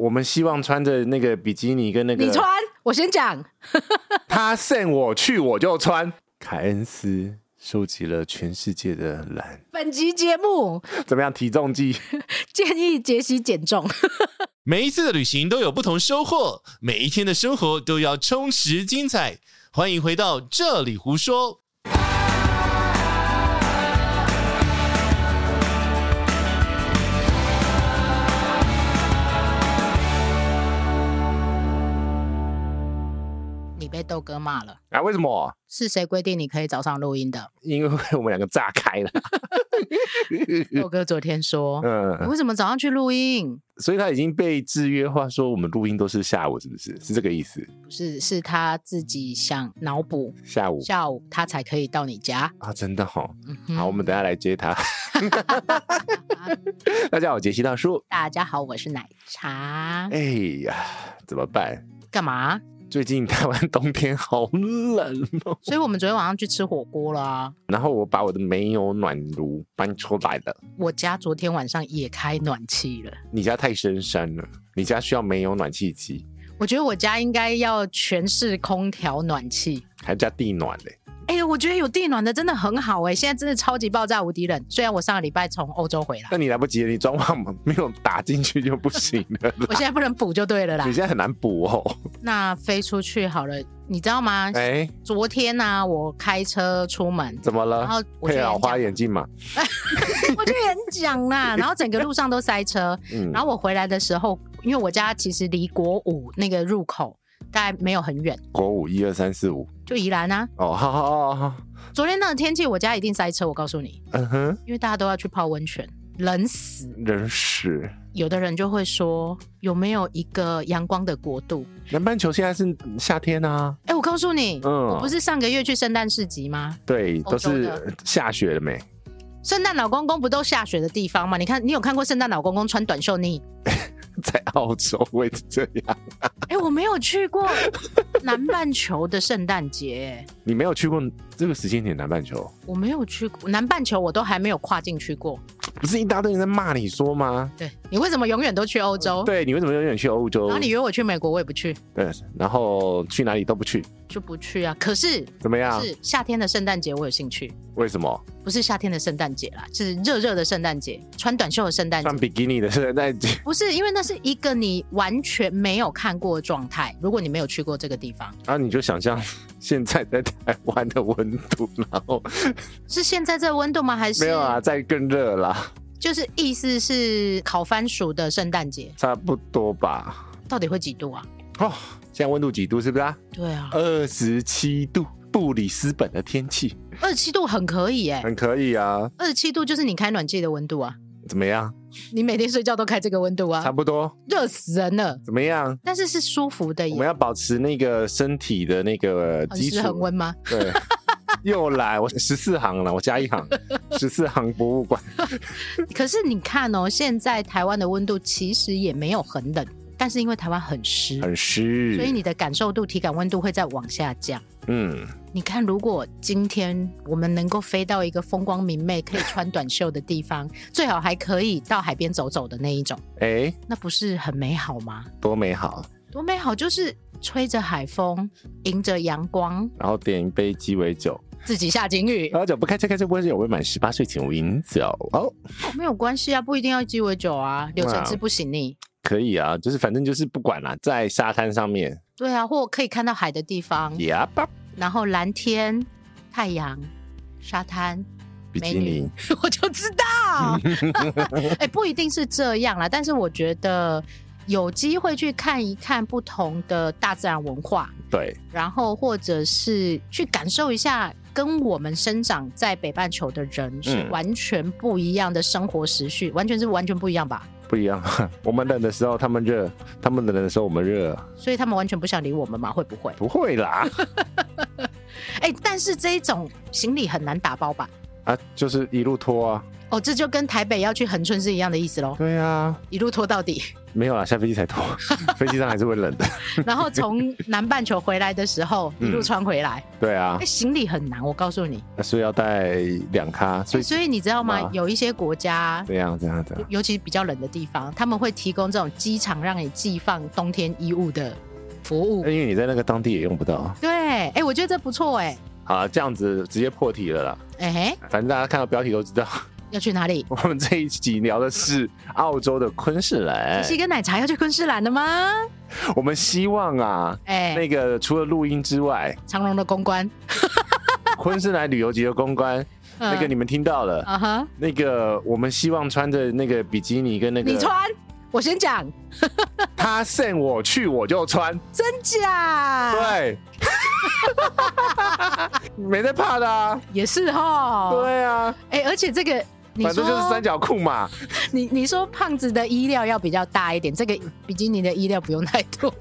我们希望穿着那个比基尼跟那个，你穿，我先讲。他 send 我去我就穿。凯恩斯收集了全世界的蓝，本集节目怎么样？体重计？建议杰西减重。 每一次的旅行都有不同收获，每一天的生活都要充实精彩。欢迎回到这里胡说。你被豆哥骂了， 啊，为什么？是谁规定你可以早上录音的？因为我们两个炸开 了。豆哥昨天说，你嗯，为什么早上去录音？所以他已经被制约化，说我们录音都是下午，是不是？是这个意思？不是，是他自己想脑补，下午下午他才可以到你家。啊，真的哈、哦。嗯哼好，我们等下来接 他。大家好，杰西大叔。大家好，我是奶茶。哎呀，怎么办？干嘛？最近台湾冬天好冷哦。所以我们昨天晚上去吃火锅了啊。然后我把我的煤油暖炉搬出来了。我家昨天晚上也开暖气了。你家太深山了，你家需要煤油暖气机，我觉得我家应该要全是空调暖气。还加地暖嘞、哎、我觉得有地暖的真的很好哎、现在真的超级爆炸无敌冷。虽然我上个礼拜从欧洲回来 那，你来不及了，你装潢没有打进去就不行了啦。我现在 不能补就对了啦你。现在很难补哦。 那飞出去好了，你知道吗？哎、昨天呢、我开车出门，怎么然了？后我去啊配老演花讲，眼镜嘛。 我去演讲啦，然后整个路上都塞车。 嗯然后我回来的时候，因为我家其实离国五那个入口大概没有很远，国五一二三四五。就宜兰啊。哦，好好好好。好昨天那个天气，我家一定塞车，我告诉你，嗯哼，因为大家都要去泡温泉，冷死。人屎。有的人就会说，有没有一个阳光的国度？南半球现在是夏天啊，哎、我告诉你，嗯我不是上个月去圣诞市集吗？对，欧都洲是的呃下雪了没？ 圣诞老公公不都下雪的地方吗？你看，你有看过圣诞老公公穿短袖呢？在澳洲会这样？哎、我没有去过 南半球的圣诞节，哎你没有去过这个时间点南半球？我没有去过南半球，我都还没有跨进去过。不是一大堆人在骂你说吗？对你为什么永远都去欧洲？嗯对，你为什么永远去欧洲？然后你约我去美国，我也不去，对，然后去哪里都不去，就不去啊。可是怎么样？是夏天的圣诞节，我有兴趣。为什么？不是夏天的圣诞节啦，是热热的圣诞节，穿短袖的圣诞节穿。比基尼的圣诞节，不是，因为那是一个你完全没有看过的状态。如果你没有去过这个地方，然后你就想象现在在台湾的温度，然后是现在这温度吗？还是没有啊，再更热啦，就是意思是烤番薯的圣诞节差不多吧。到底会几度啊？哦，现在温度几度？是不是啊？对啊，二十七度，布里斯本的天气二十七度很可以哎、很可以啊。二十七度就是你开暖气的温度啊，怎么样？你每天睡觉都开这个温度差啊，不多。热死人了。怎么样？但是是舒服的我们耶，哦要保持那个身体的那个很基湿础。很温 吗？对，又来，我十四行了，我加一行，十四行博物馆。可是你看哦，现在台湾的温度其实也没有很冷，但是因为台湾很湿，很湿。所以你的感受度、体感温度会再往下降。嗯，你看，如果今天我们能够飞到一个风光明媚、可以穿短袖的地方， 最好还可以到海边走走的那一种，哎、那不是很美好吗？多美好！多美好，就是吹着海风，迎着阳光，然后点一杯鸡尾酒，自己下警语、喝酒不开车，开车不喝酒。未满十八岁请勿饮酒。哦，没有关系啊，不一定要鸡尾酒啊，柳橙汁不行呢。可以啊，就是反正就是不管啦，在沙滩上面，对啊，或可以看到海的地方，呀吧，然后蓝天、太阳、沙滩，比美基尼女，我就知道。 哎、不一定是这样啦，但是我觉得有机会去看一看不同的大自然文化，对，然后或者是去感受一下。跟我们生长在北半球的人是嗯完全不一样的生活时序，完全是完全不一样吧，不一样。 我们冷的时候他们热，他们冷的时候我们热，所以他们完全不想理我们嘛？会不会？不会 啦。哎、但是这一种行李很难打包吧？啊，就是一路拖啊，哦，这就跟台北要去恒春是一样的意思喽，对啊，一路拖到底。 没有啦，下飞机才脱，飞机上还是会冷的。然后从南半球回来的时候，一嗯路穿回来，对啊哎、，行李很难，我告诉你。那所以要带两咖，所以所以你知道吗哇？有一些国家，怎样怎样怎样，尤其比较冷的地方，他们会提供这种机场让你寄放冬天衣物的服务。那因为你在那个当地也用不到。对，哎、我觉得这不错、哎，好啦，这样子直接破题了啦。哎、反正大家看到标题都知道， 要去哪里？我们这一集聊的是澳洲的昆士兰。西跟奶茶要去昆士兰的吗？我们希望啊，哎、那个除了录音之外，长隆的公关，昆士兰旅游节的公关， 嗯那个你们听到了。啊哈，那个我们希望穿着那个比基尼跟那你个，穿，我先讲，他 send 我去我就穿，真假？， 对， 没在怕的啊，也是哈。，对啊，哎、而且这个。你反说正就是三角裤嘛，你你说胖子的衣料要比较大一点，这个比基尼的衣料不用太 多，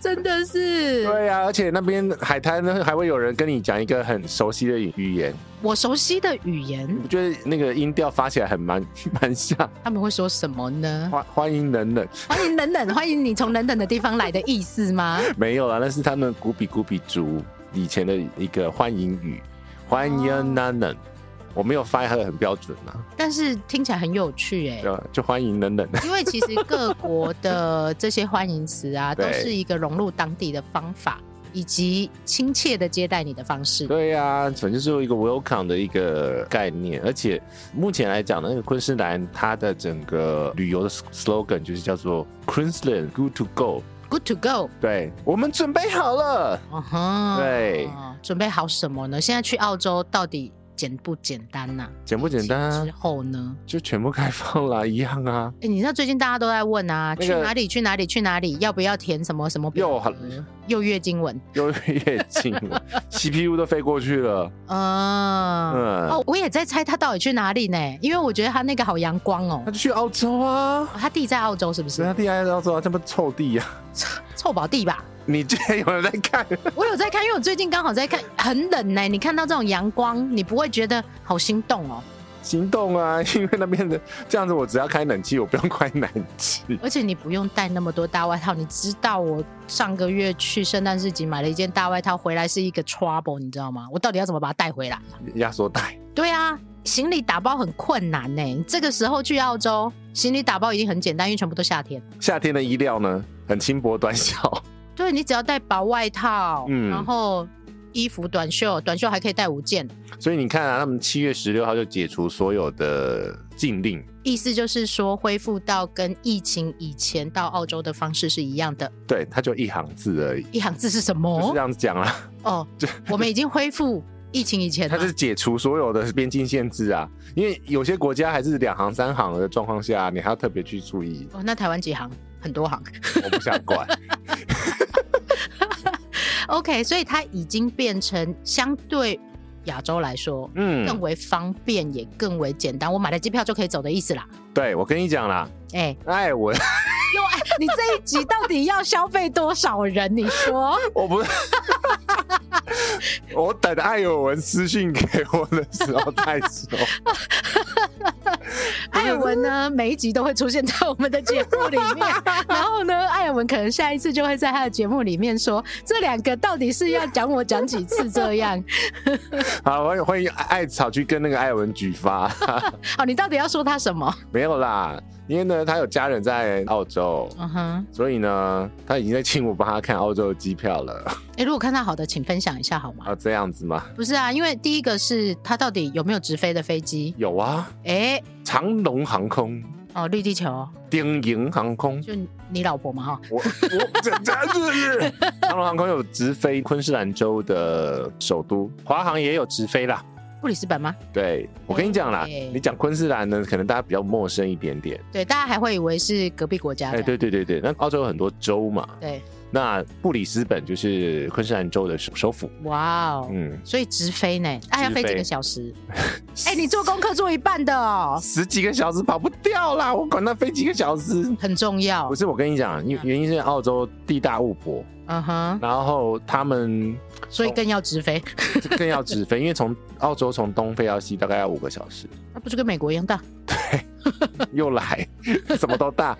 真的是。对呀、而且那边海滩呢，还会有人跟你讲一个很熟悉的语言，我熟悉的语言你，不觉得那个音调发起来很蛮蛮像他们会说什么呢？欢欢迎冷冷？欢迎冷冷，欢迎你从冷冷的地方来的意思吗？没有啦，那是他们古比古比族以前的一个欢迎语，欢迎冷冷。我没有发音很标准啊，但是听起来很有趣哎、对吧？就欢迎冷冷。因为其实各国的这些欢迎词啊，都对是一个融入当地的方法，以及亲切的接待你的方式。对呀、反正就是有一个 welcome 的一个概念，而且目前来讲呢，那个昆士兰它的整个旅游的 slogan 就是叫做 Queensland Good to Go。 Good to go，对我们准备好了，嗯哼，对，准备好什么呢？现在去澳洲到底简不简单呐、简不简单啊之？后呢？就全部开放啦，一样啊。 哎、你知道最近大家都在问啊，那个去哪里？去哪里？去哪里？要不要填什么什么表又格？又月经文？又越近了 ，CPU 都飞过去了。嗯，嗯哦，我也在猜他到底去哪里呢？因为我觉得他那个好阳光哦那。就去澳洲啊哦，他弟在澳洲是不人是家？地还在澳洲啊，这么臭地呀、啊！臭宝弟吧？你居然有人在看，我有在看，因为我最近刚好在看，很冷呢。你看到这种阳光，你不会觉得好心动哦， 行动啊！因为那边的这样子，我只要开冷气，我不用开暖气。而且你不用带那么多大外套。你知道我上个月去圣诞市集买了一件大外套回来是一个 trouble，你知道吗？我到底要怎么把它带回来？压缩带，对啊，行李打包很困难呢。你这个时候去澳洲，行李打包已经很简单，因为全部都夏天。夏天的衣料呢，很轻薄短小。 对你只要带薄外套，嗯然后衣服短袖，短袖还可以带五件。所以你看啊，他们七月十六号就解除所有的禁令，意思就是说，恢复到跟疫情以前到澳洲的方式是一样的。对，它就一行字而已，一行字是就什是么这？样子讲啊啦。哦，我们已经恢复疫情以前 它了。是。解除所有的边境限制啊，因为有些国家还是两行三行的状况下，你还要特别去注意哦，那台湾几行？很多行。我不想管， OK，所以它已经变成相对亚洲来说。更 嗯，为方便，也更为简单，我买了机票就可以走的意思啦。对我跟你讲啦，哎、哎，我又爱你这一集到底要消费多少人？你说 我不是， 我等艾尔文私信给我的时候再说。艾尔文呢？每一集都会出现在我们的节目里面， 然后呢，艾尔文可能下一次就会在他的节目里面说，这两个到底是要讲我讲几次这样？好，欢迎欢迎艾草去跟那个艾尔文举发， 哦，你到底要说他什么？没有啦，因为呢，他有家人在澳洲。嗯哼，所以呢，他已经在请我帮他看澳洲的机票了诶，哎如果看到好的，请分享一下好吗？啊，这样子吗？不是啊，因为第一个是他到底有没有直飞的飞机？有啊，诶，长龙航空、哦，绿地球丁营航空，就你老婆嘛哈。我我这这这， 长龙航空有直飞昆士兰州的首都，华航也有直飞啦。布里斯本吗？对，我跟你讲啦，对你讲昆士兰呢，可能大家比较陌生一点点。对，大家还会以为是隔壁国家这哎，样。对对对对，那澳洲有很多州嘛，对，那布里斯本就是昆士兰州的首首府。哇哦！嗯，所以直飞呢，哎，要直飞几飞个 小时？哎，你做功课做一半的哦，十几个小时跑不掉啦，我管它飞几个小时。很重要不。是，我跟你讲，因原因是澳洲地大物博，嗯哼，然后他们所以更要直飞，更要直飞，因为从澳洲从东飞到西大概要五个小时，那不是跟美国一样大？ 又来什么都大。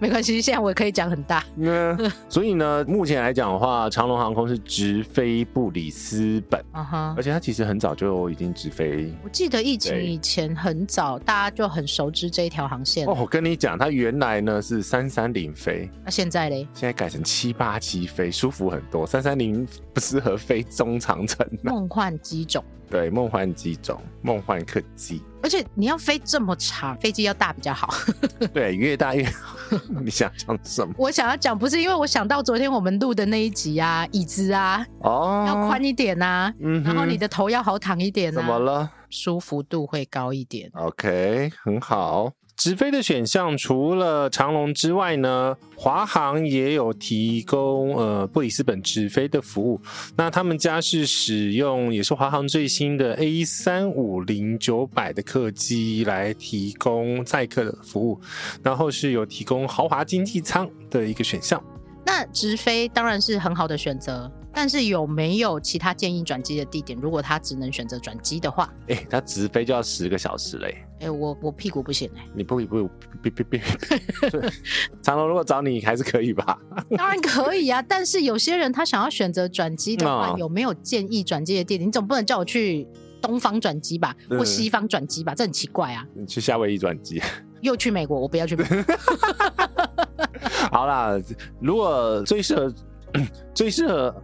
没关系，现在我可以讲很大。那所以呢，目前来讲的话，长龙航空是直飞布里斯本，嗯哼而。且它其实很早就已经直飞。我记得疫情对以前很早，大家就很熟知这一条航线。哦，我跟你讲，它原来呢是三三零飞，那现在嘞？现在改成七八七飞，舒服很多。三三零不适合飞中长程 啊，梦幻机种，对，梦幻机种，梦幻客 机，而且你要飞这么长，飞机要大比较好。 对，越大越好。 你想讲什么？我想要讲，不是因为我想到昨天我们录的那一集啊，椅子啊哦，要宽，一点啊，嗯哼然后你的头要好躺一点怎么啊，了舒服度会高一点。 ？OK，很好。直飞的选项除了长龙之外呢，华航也有提供呃布里斯本直飞的服务。那他们家是使用也是华航最新的 A 三五零九百的客机来提供载客的服务，然后是有提供豪华经济舱的一个选项。那直飞当然是很好的选择，但是有没有其他建议转机的地点？如果他只能选择转机的话，哎、它直飞就要十个小时嘞、哎、我我屁股不行哎、 你不不不不不， 长龙如果找你还是可以吧？当然可以啊，但是有些人他想要选择转机的话，嗯有没有建议转机的地点？你总不能叫我去东方转机吧，嗯或西方转机吧？这很奇怪啊！你去夏威夷转机。又去美国，我不要去美 国。好啦，如果最适合最适合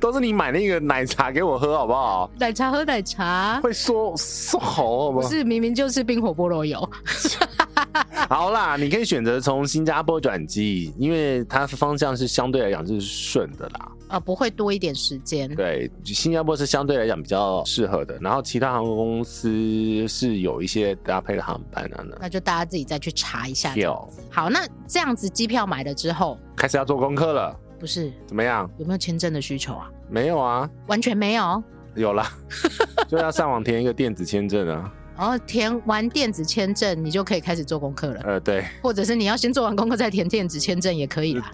都是你买那个奶茶给我喝好不好？奶茶喝奶茶，会缩缩喉好不不好？是明明就是冰火菠萝油。好啦，你可以选择从新加坡转机，因为它的方向是相对来讲是顺的啦。啊，不会多一点时间。对，新加坡是相对来讲比较适合的，然后其他航空公司是有一些搭配的航班啊。那那就大家自己再去查一下。有好，那这样子机票买了之后，开始要做功课了，不是怎么样？有没有签证的需求啊？没有啊，完全没有。有 啦，就要上网填一个电子签证啊。然后哦填完电子签证，你就可以开始做功课了，呃，对， 或者是你要先做完功课再填电子签证也可以啦。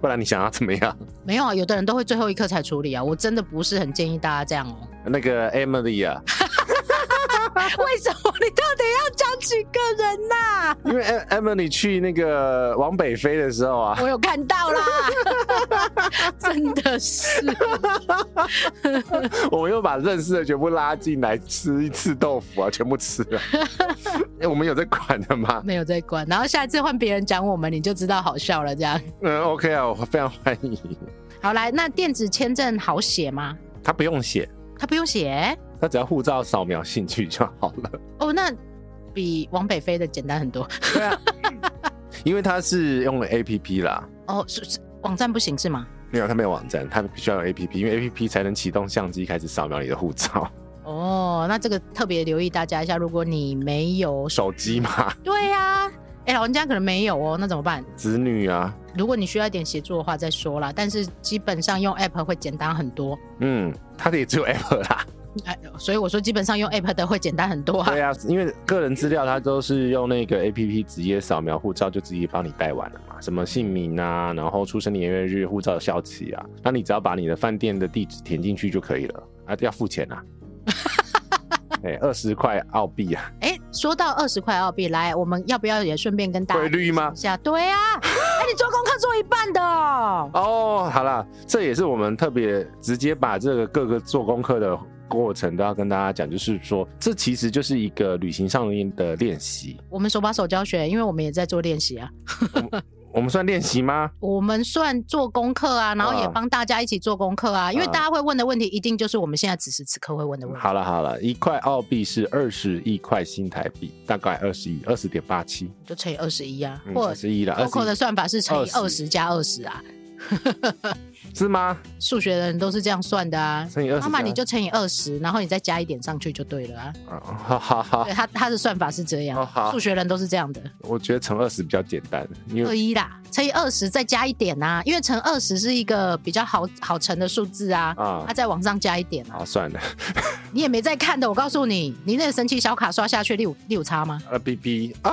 不然你想要怎么样？没有啊，有的人都会最后一刻才处理啊，我真的不是很建议大家这 样哦。那个 Emily 啊，为什么你到底要讲几个人呐、因为 Em- Emily 去那个往北飞的时候啊， 我有看到啦， 真的是。我们又把认识的全部拉进来吃一次豆腐啊，全部吃 了。哎我们有在管的吗？没有在管，然后下一次换别人讲我们，你就知道好笑了。这样嗯，OK 啊，我非常欢迎。好来，那电子签证好写吗？他不用写，他不用写他只要护照扫描进去就好了。哦，那比往北飞的简单很多对啊， 因为他是用了 APP 啦，哦。是是网站不行是吗？没有他没有网站，他必须要有 APP，因为 APP 才能启动相机开始扫描你的护照。 哦，那这个特别留意大家一下，如果你没有，手机嘛， 对呀、哎，老人家可能没有哦，那怎么办？子女啊，如果你需要一点协助的话再说啦，但是基本上用 app 会简单很多，嗯，他的也只有 Apple 啦。哎，所以我说基本上用 app 的会简单很多啊对。啊，因为个人资料他都是用那个 APP 直接扫描护照就直接帮你带完了嘛，什么姓名啊，然后出生年月日、护照效期啊，那你只要把你的饭店的地址填进去就可以了啊，要付钱 啊。哎，二十块澳币啊，哎，说到二十块澳币，来，我们要不要也顺便跟大家汇率吗一下，对 啊，哎，你做功课做一半的哦。哦，好啦，这也是我们特别直接把这个各个做功课的过程都要跟大家讲，就是说，这其实就是一个旅行上面的练习。我们手把手教学，因为我们也在做练习啊，我们算练习吗？我们算做功课啊，然后也啊帮大家一起做功课啊，因为啊大家会问的问题，一定就是我们现在此时此刻会问的问题。好了好了，一块澳币是二十一块新台币，大概二十一二十点八七，就乘以二十一啊，嗯，或二十一了， Coco 二的十算法是乘以20二十加二十啊，是吗？数学的人都是这样算的啊。乘以二十，妈妈，你就乘以二十，然后你再加一点上去就对了啊。啊好好好对，他他的算法是这哦样，好数学人都是这样的，我觉得乘二十比较简单，因二为一啦，乘以二十再加一点啊，因为乘二十是一个比较好好乘的数字啊，啊啊，再往上加一点啊，啊算了，你也没在看的，我告诉你，你那个神奇小卡刷下去六六叉吗？ 二 B B 啊，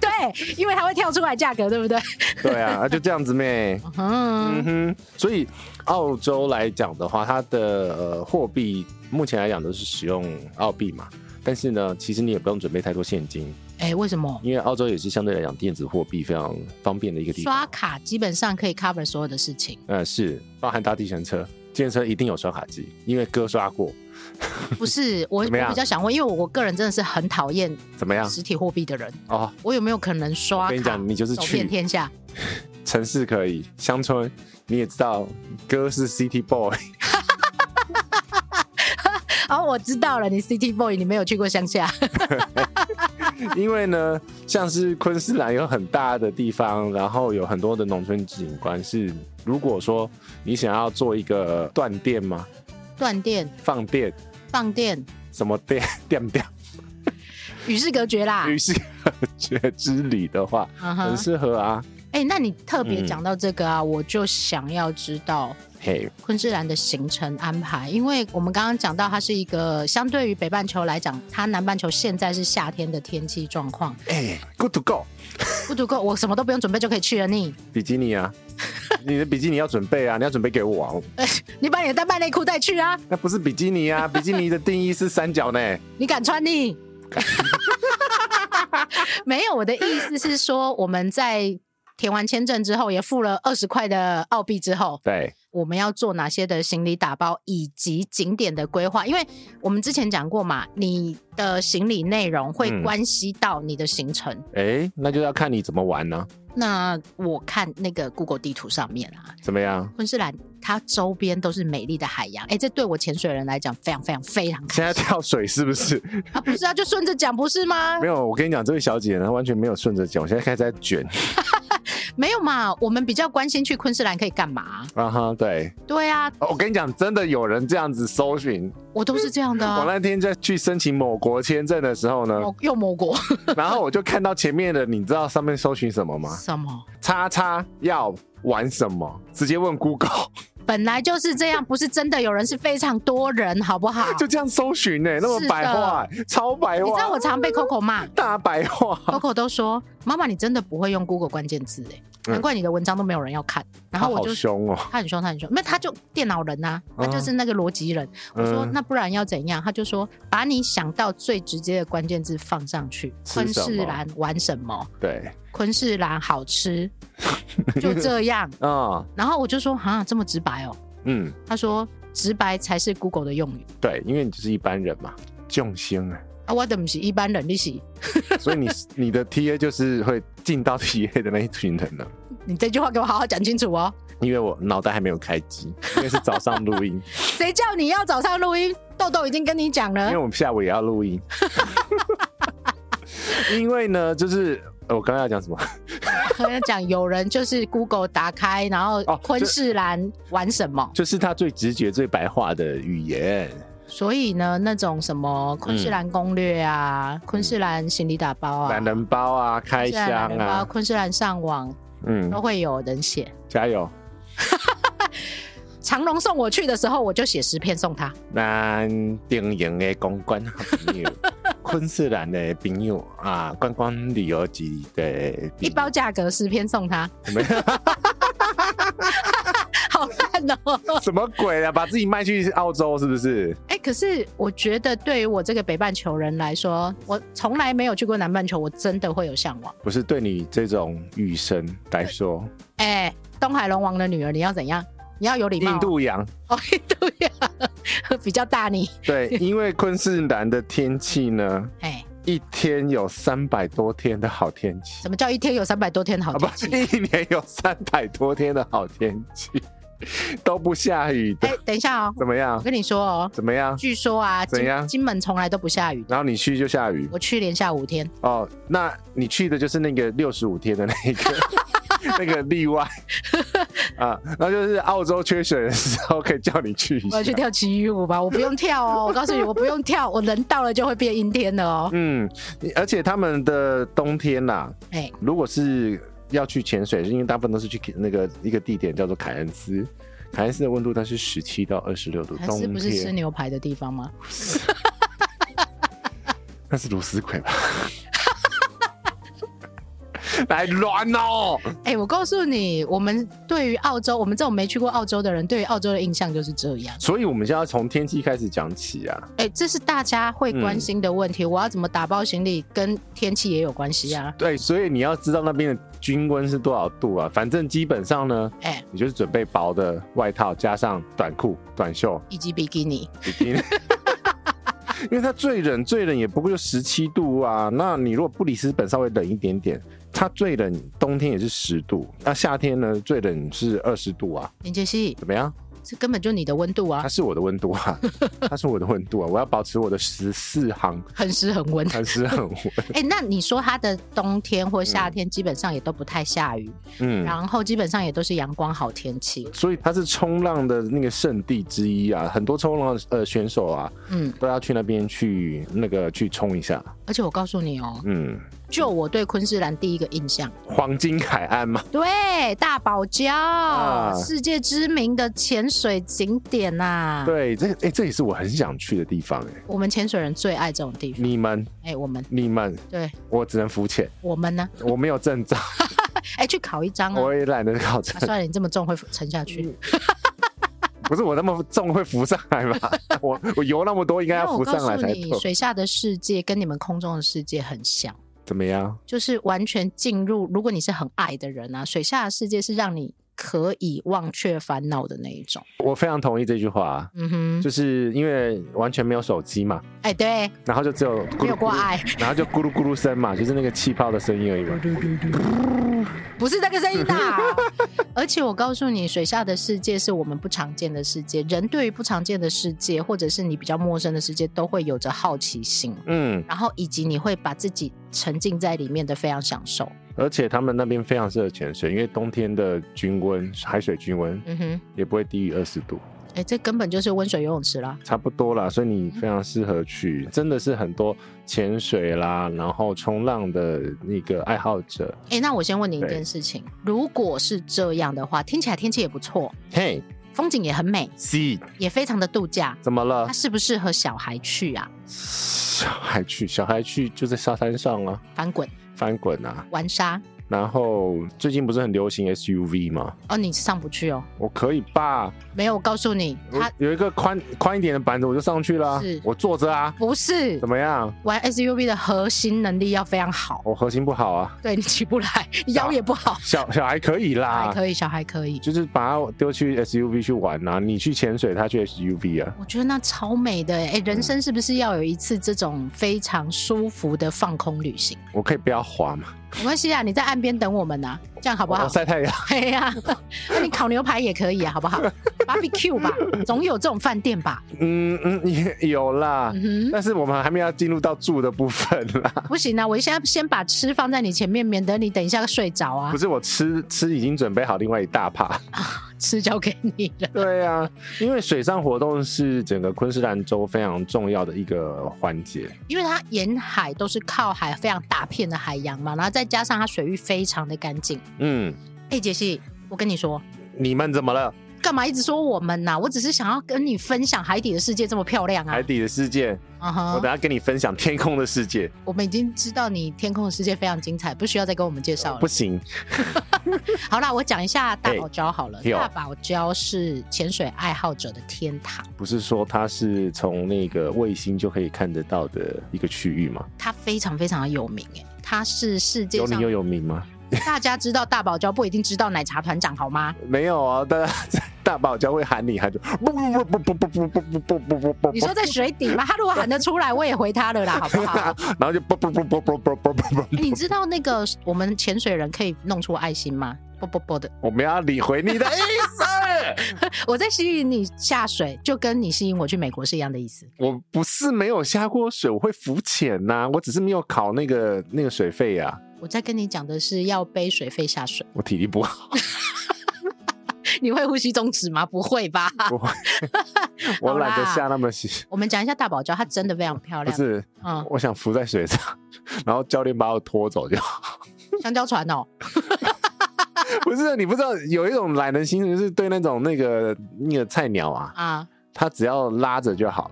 对，因为它会跳出来价格，对不对？对啊，啊就这样子咩。 嗯嗯，哼，所以澳洲来讲的话，它的呃货币目前来讲都是使用澳币嘛。但是呢，其实你也不用准备太多现金，哎、为什么？因为澳洲也是相对来讲电子货币非常方便的一个地方。刷卡基本上可以 cover 所有的事情，呃，是包含搭计程车，计程车一定有刷卡机，因为哥刷过。不是 我我怎么样比较想问，因为我个人真的是很讨厌怎么样？实体货币的人，哦，我有没有可能刷我跟你卡讲，你就是走遍去天下？ 城市可以，乡村你也知道，哥是 City Boy，哦，我知道了，你 City Boy，你没有去过乡下， 因为呢，像是昆士兰有很大的地方，然后有很多的农村景观是，如果说你想要做一个断电吗？断电、放电放电、什么电电掉与世隔绝啦。于是觉之理的话，嗯很哼，适合啊。哎、那你特别嗯讲到这个啊，我就想要知道嘿，昆士兰的行程安排，因为我们刚刚讲到，它是一个相对于北半球来讲，它南半球现在是夏天的天气状况，哎，Good to go，不足够，我什么都不用准备就可以去了你。比基尼啊，你的比基尼要准备啊，你要准备给我啊，你把你的单半内裤带去啊，那不是比基尼啊，比基尼的定义是三角呢。你敢穿 你？没有，我的意思是说，我们在填完签证之后，也付了二十块的澳币之后，对，我们要做哪些的行李打包，以及景点的规划。因为我们之前讲过嘛，你的行李内容会嗯关系到你的行程。哎，那就要看你怎么玩呢、那我看那个 Google 地图上面啊，怎么样？昆士兰它周边都是美丽的海洋，哎、这对我潜水人来讲非常非常非常现开在跳水是不是？心啊！不是啊，就顺着讲不是吗没？有，我跟你讲，这位小姐呢，完全没有顺着讲，我现在开始在 卷。没有嘛，我们比较关心去昆士兰可以干嘛？啊哈，对，对啊，哦我跟你讲，真的有人这样子搜寻。我都是这样的、我啊。哦那天在去申请某国签证的时候呢， 我又摸过然后我就看到前面的，你知道上面搜寻什么吗？什么？叉叉要玩什么？直接问 Google， 本来就是这样，不是真的有人，是非常多人，好不好？就这样搜寻呢、那么是的白话、超白你知道话我，常被 Coco 骂大白话。 ，Coco 都说：“妈妈，你真的不会用 Google 关键字哎、嗯难怪你的文章都没有人要看。” 然后他我好就凶哦，他很凶，他很凶，没有他就电脑人呐、啊他就是那个逻辑人。我说嗯那不然要怎样？他就说把你想到最直接的关键字放上去，吃昆什么士兰玩什么？对，昆士兰好吃，就这样。啊、然后我就说哈，这么直白哦。嗯，他说直白才是 Google 的用语对，因为你就是一般人嘛，众星啊，啊，我的不是一般人，你是所以你你的 TA 就是会进到 TA 的那一群人了。你这句话给我好好讲清楚哦。因为我脑袋还没有开机，因为是早上录 音，谁叫你要早上录音？豆豆已经跟你讲因了为，我们下午也要录音。 因为呢，就是呃我刚刚要讲什么？跟他讲有人就是 Google 打开，然后哦昆士兰玩什么？就是他最直觉、最白话的语言。所以呢，那种什么昆士兰攻略啊，昆士兰行李打包啊，嗯懒人包啊，开昆士兰箱懒人包、啊，昆士兰上网嗯都，会有人写。加油！长隆送我去的时候，我就写十篇送他。嗯咱顶营的公关好朋 友，昆士兰的朋友啊，观光旅游局的朋友一包价格十篇送他， 好烂哦！什么鬼啊？把自己卖去澳洲是不是？哎、可是我觉得对于我这个北半球人来说，我从来没有去过南半球，我真的会有向往。不是对你这种雨神来说，哎、东海龙王的女儿，你要怎样？你要有礼貌、印度 洋哦，印度呀，比较大你。对，因为昆士兰的天气呢，哎、一天有三百多天的好天气什，么叫一天有三百多天好啊不，天 气？一年有三百多天的好天气， 都不下雨的哎、，等一下哦，怎么我样？跟你说哦，怎么样？据说啊，怎样金金门从来都不下雨，然后你去就下雨，我去连下五天，哦，那你去的就是那个六十五天的那一个， 那个例外啊，然后就是澳洲缺水的时候可以叫你去一我下要。去跳奇遇舞吧，我不用跳哦，我告诉你，我不用跳，我人到了就会变阴天的哦。嗯，而且他们的冬天呐、哎，如果是要去潜水，因为大部分都是去那个一个地点叫做凯恩斯。凯恩斯的温度它是十七到二十六度，还冬是天不是吃牛排的地方吗？那是卢斯葵吧？ 来乱哦！哎、我告诉你，我们对于澳洲，我们这种没去过澳洲的人，对于澳洲的印象就是这样。所以我们现在要从天气开始讲起啊。哎、这是大家会关心的问题。我要怎么打包行李，跟天气也有关系啊。对，所以你要知道那边的均温是多少度啊。反正基本上呢，哎、你就是准备薄的外套加上短裤、短袖、以及比基尼，比 基尼。因为它最冷，最冷也不过就十七度啊。那你如果布里斯本稍微冷一点点，它最冷冬天也是十度，那夏天呢最冷是二十度啊。林杰西，怎么样？这根本就你的温度 它啊，是我的温度啊，它是我的温度啊，我要保持我的十四行，很湿很温。还是很温。哎、那你说它的冬天或夏天基本上也都不太下雨，嗯，然后基本上也都是阳光好天气。所以它是冲浪的那个圣地之一啊，很多冲浪呃选手啊嗯，都要去那边去那个去冲一下。而且我告诉你哦，嗯，就我对昆士兰第一个印象，黄金海岸嘛，对大堡礁，啊世界知名的潜水景点呐、啊。对，这哎、这也是我很想去的地方哎、我们潜水人最爱这种地方。你们哎、我们你们，对我只能浮 潜，我们呢？我没有证照，哎、去考一张啊！我也懒得考证啊，算了，你这么重会沉下 去。不是我那么重会浮上来吧？ 我我游那么多，应该那要我浮告上来诉才你，对。水下的世界跟你们空中的世界很像，怎么样？就是完全进入。如果你是很爱的人啊，水下的世界是让你可以忘却烦恼的那一种。我非常同意这句话啊、嗯哼，就是因为完全没有手机嘛，哎、对，然后就只有咕噜没有咕过噜，爱，然后就咕噜咕噜声嘛，就是那个气泡的声音而已嘛。不是那个声音的 啊。而且我告诉你，水下的世界是我们不常见的世界，人对于不常见的世界，或者是你比较陌生的世界，都会有着好奇心。嗯，然后以及你会把自己沉浸在里面的非常享受。而且他们那边非常适合潜水，因为冬天的均温海水均温嗯哼，也不会低于二十度，哎，这根本就是温水游泳池啦。差不多啦，所以你非常适合去，真的是很多潜水啦，然后冲浪的那个爱好者。哎，那我先问你一对件事情：如果是这样的话，听起来天气也不错，嘿风景也很美， ，C 也非常的度假，怎么了它？适不适合小孩去啊？小孩去，小孩去就在沙滩上啊，翻滚、翻滚啊。玩沙？然后最近不是很流行 SUV 吗？哦，你上不去哦。我可以吧？没有，我告诉你，我它有一个宽宽一点的板子，我就上去了啊是。我坐着啊，不是怎么样？玩 SUV 的核心能力要非常好，我核心不好啊，对你起不来，腰也不好。小小孩可以小孩啦，可以，小孩可以。就是把它丢去 SUV 去玩啊。你去潜水，他去 SUV 啊。我觉得那超美的哎、欸嗯人生是不是要有一次这种非常舒服的放空旅行？我可以不要滑嘛，没关系啊，你在岸边等我们呐、这样好不好我？ 晒太阳。 对呀、那你烤牛排也可以啊，好不好？BBQ 吧，总有这种饭 店吧？嗯嗯，也有啦。嗯但是我们还没有进入到住的部分啦，哼，不行啊，我现在先把吃放在你前面，免得你等一下睡着啊不，是我吃吃已经准备好另外一大 趴，吃交给你了。对啊，因为水上活动是整个昆士兰州非常重要的一个环节，因为它沿海都是靠海，非常大片的海洋嘛，然后再加上它水域非常的干净。嗯，哎、杰西，我跟你说，你们怎么了？干嘛一直说我们呐、我只是想要跟你分享海底的世界这么漂亮啊海！底的世界，嗯我哼，等下跟你分享天空的世界。我们已经知道你天空的世界非常精彩，不需要再跟我们介绍不哎了。行，好啦，我讲一下大堡礁好了。嘿有大堡礁是潜水爱好者的天堂，不是说它是从那个卫星就可以看得到的一个区域吗？它非常非常的有名诶，欸它是世界有你上又有名吗？大家知道大堡礁，不一定知道奶茶团长 好吗？没有啊，大家大堡礁会喊你，喊就不不不不不不不不不不不不你说在水底吗？他如果喊得出来，我也回他了啦，好不好？ 然后就不不不不不不不不不，哎 你知道那个 我们潜水人可以弄出爱心吗？啵啵啵的， 哎我们要理回你的意思。我在吸引你下水，就跟你吸引我去美国是一样的意思。我不是没有下过水，我会浮潜呐、我只是没有考那个那个水费呀、我在跟你讲的是要背水费下水， 我体力不好，你会呼吸终止吗？不会吧？ 我我懒得下那么细。我们讲一下大堡礁，它真的非常漂不亮。是，嗯，我想浮在水上， 然后教练把我拖走就 好。香蕉船哦，不是，你不知道有一种懒人心，就是对那种那个那个菜鸟啊，啊，他只要拉着就好了，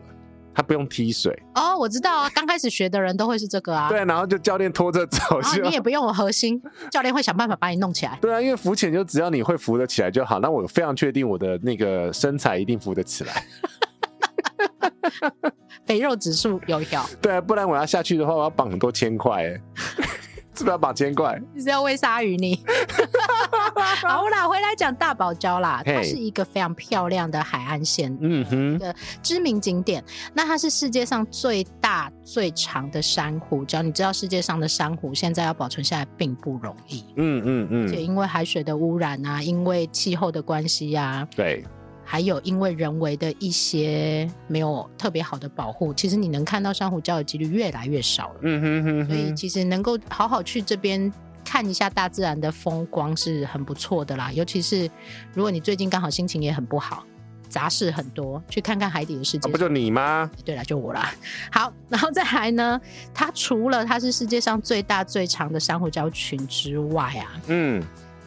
他不用踢水。哦，我知道啊，刚开始学的人都会是这个啊。对，然后就教练拖着走然后就你。也不用有核心，教练会想办法把你弄起来。对啊，因为浮潜就只要你会浮得起来就好。那我非常确定我的那个身材一定浮得起来。肥肉指数有一条，对啊，不然我要下去的话，我要绑很多千块、 欸，是不是要绑千块？你是要喂鲨鱼 你。好啦，回来讲大堡礁啦，它嘿是一个非常漂亮的海岸线。嗯哼，知名景点。那它是世界上最大最长的珊瑚，只要你知道世界上的珊瑚现在要保存下来并不容易，嗯嗯而且嗯，因为海水的污染啊，因为气候的关系啊，对，还有因为人为的一些没有特别好的保护，其实你能看到珊瑚礁的几率越来越少了。嗯哼哼所以哼，其实能够好好去这边。看一下大自然的风光是很不错的啦，尤其是如果你最近刚好心情也很不好，杂事很多，去看看海底的世啊界、不就你吗？对啦，就我啦。好，然后再来呢，它除了它是世界上最大最长的珊瑚礁群之外啊，嗯，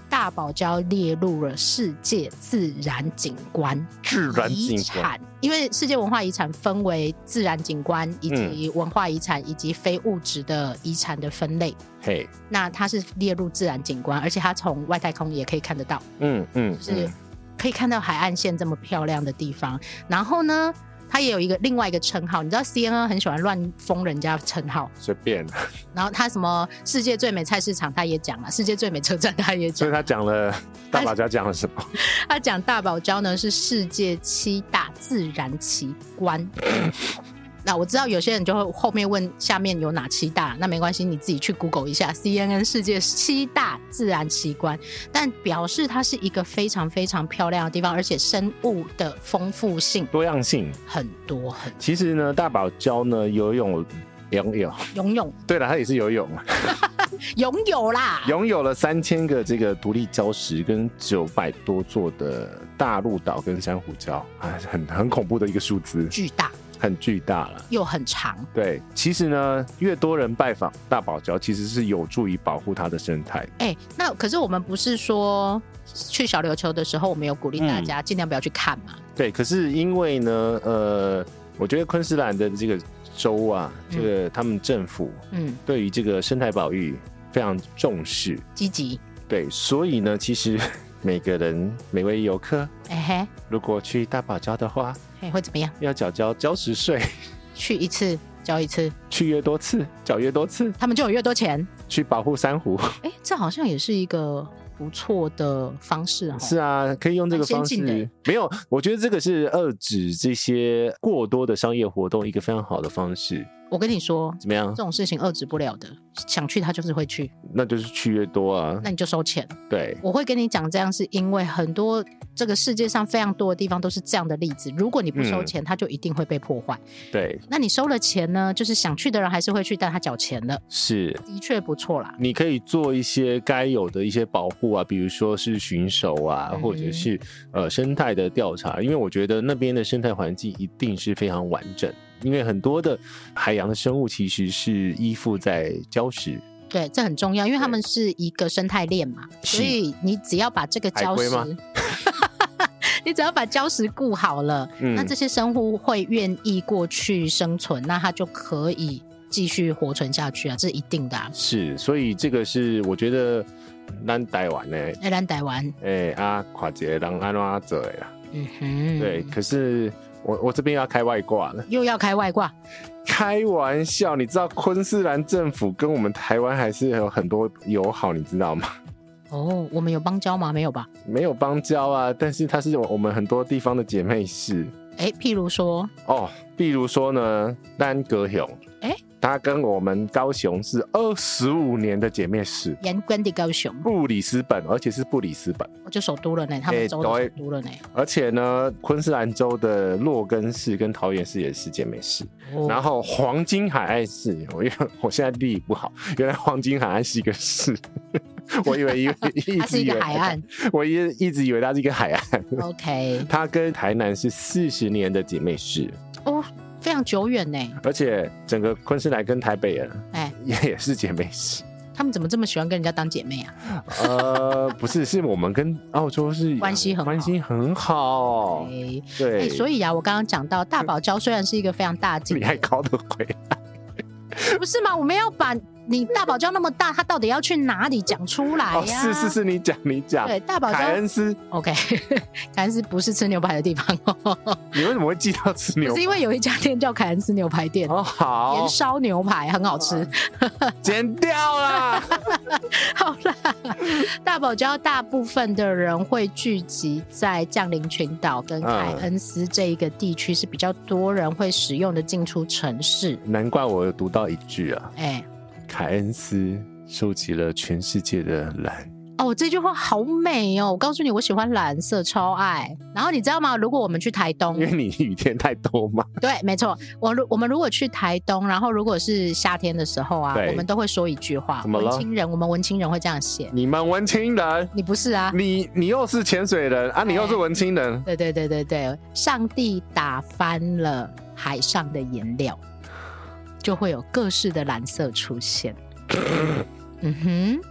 大堡礁列入了世界自然景观自然景遗观，产，因为世界文化遗产分为自然景观嗯以及文化遗产以及非物质的遗产的分类。嘿，那它是列入自然景观，而且它从外太空也可以看得到。嗯嗯，就是嗯可以看到海岸线这么漂亮的地方。然后呢，它也有一个另外一个称号，你知道 CNN 很喜欢乱封人家称号，随便，然后它什么世界最美菜市场，它也讲啊了，世界最美车站它也所以，讲啊他讲了大堡礁讲了什么？它讲大堡礁呢是世界七大自然奇 观。那我知道有些人就会后面问下面有哪七大，那没关系，你自己去 Google 一下 CNN 世界七大自然奇观，但表示它是一个非常非常漂亮的地方，而且生物的丰富性多样性。很多很其实呢，大堡礁呢游泳。拥有，拥有对了，它也是游泳，拥有啦，拥有了三千个这个独立礁石跟九百多座的大陆岛跟珊瑚礁，啊，很很恐怖的一个数字，巨大很巨大了。又很长，对，其实呢，越多人拜访大堡礁，其实是有助于保护它的生态。哎、那可是我们不是说去小琉球的时候，我们有鼓励大嗯家尽量不要去看嘛？对，可是因为呢，呃，我觉得昆士兰的这个州啊，这个他们政府嗯，对于这个生态保育非常重视，积极，对，所以呢，其实每个人每位游客哎、嘿如果去大堡礁的话，嘿，会怎么样？要缴交礁石税，去一次交一次，去越多次缴越多次，他们就有越多钱。去保护珊瑚。哎、这好像也是一个不错的方式哦。是啊，可以用这个方蛮先进式。没有，我觉得这个是遏制这些过多的商业活动一个非常好的方式。我跟你说，怎么样这？种事情遏制不了的，想去他就是会去，那就是去越多啊。那你就收钱。对，我会跟你讲这样，是因为很多这个世界上非常多的地方都是这样的例子。如果你不收钱，它就一定会被破坏。对，那你收了钱呢，就是想去的人还是会去，但他缴钱了，是。的确不错啦。你可以做一些该有的一些保护啊，比如说是巡守啊，嗯或者是呃生态的调查，因为我觉得那边的生态环境一定是非常完整，因为很多的海洋的生物其实是依附在礁石，对，这很重要，因为他对们是一个生态链嘛，是所以你只要把这个海礁龟吗石， 你只要把礁石顾好了，嗯那这些生物会愿意过去生存，那它就可以继续活存下去啊，这是一定的、啊。是，所以这个是我觉得咱台湾欸呢、那咱台湾，哎、啊，垮节让安拉走呀，嗯哼，啊对，可是我我这边要开外挂了，又要开外挂，开玩笑，你知道昆士兰政府跟我们台湾还是有很多友好，你知道吗？ 哦，我们有邦交吗？没有吧？没有邦交啊，但是它是我我们很多地方的姐妹市哎，譬如说，哦，比如说呢，丹格雄，哎它跟我们高雄是二十五年的姐妹市，盐关的高雄，布里斯本，而且是布里斯本。我就首都了呢，他们州的首都了呢。而且呢，昆士兰州的洛根市跟桃园市也是姐妹市。哦然后黄金海岸市，我因为我现在地理不好，原来黄金海岸是一个市， 我以为一个一 它直是以一为个海岸。我一一直以为它是一个海岸。 ，OK，它跟台南是四十年的姐妹市，哦，非常久远呢。而且整个昆士兰跟台北人哎，也也是姐妹市。他们怎么这么喜欢跟人家当姐妹啊？呃，不是，是我们跟澳洲是关系很好关系很好，哦哎，对，哎所以以啊，我刚刚讲到大堡礁虽然是一个非常大的景你还 点，搞得回不是吗？我们要把你大堡礁那么大，它到底要去哪里讲出来哦，呀？是是。是，你讲你讲，啊对，大堡凯礁恩斯， OK，凯恩斯不是吃牛排的地方哦，你为什么会记到吃牛是？因为有一家店叫凯恩斯牛排店，哦，好盐，烧牛排很好吃。剪掉啦。好啦，大堡礁大部分的人会聚集在降临群岛嗯跟凯恩斯这一个地区，是比较多人会使用的进出城市。难怪我有读到一句啊，哎、凯恩斯收集了全世界的蓝。 哦，这句话好美哦！我告诉你，我喜欢蓝色，超爱。然后你知道吗？如果我们去台东因，为你雨天太多嘛， 对，没错，我如我们如果去台东，然后如果是夏天的时候啊，对我们都会说一句话，怎么了文青人，我们文青人会这样写。你们文青人，你不是啊？你你又是潜水人啊，你又是文青人，对对对对对，上帝打翻了海上的颜料，就会有各式的蓝色出现。 嗯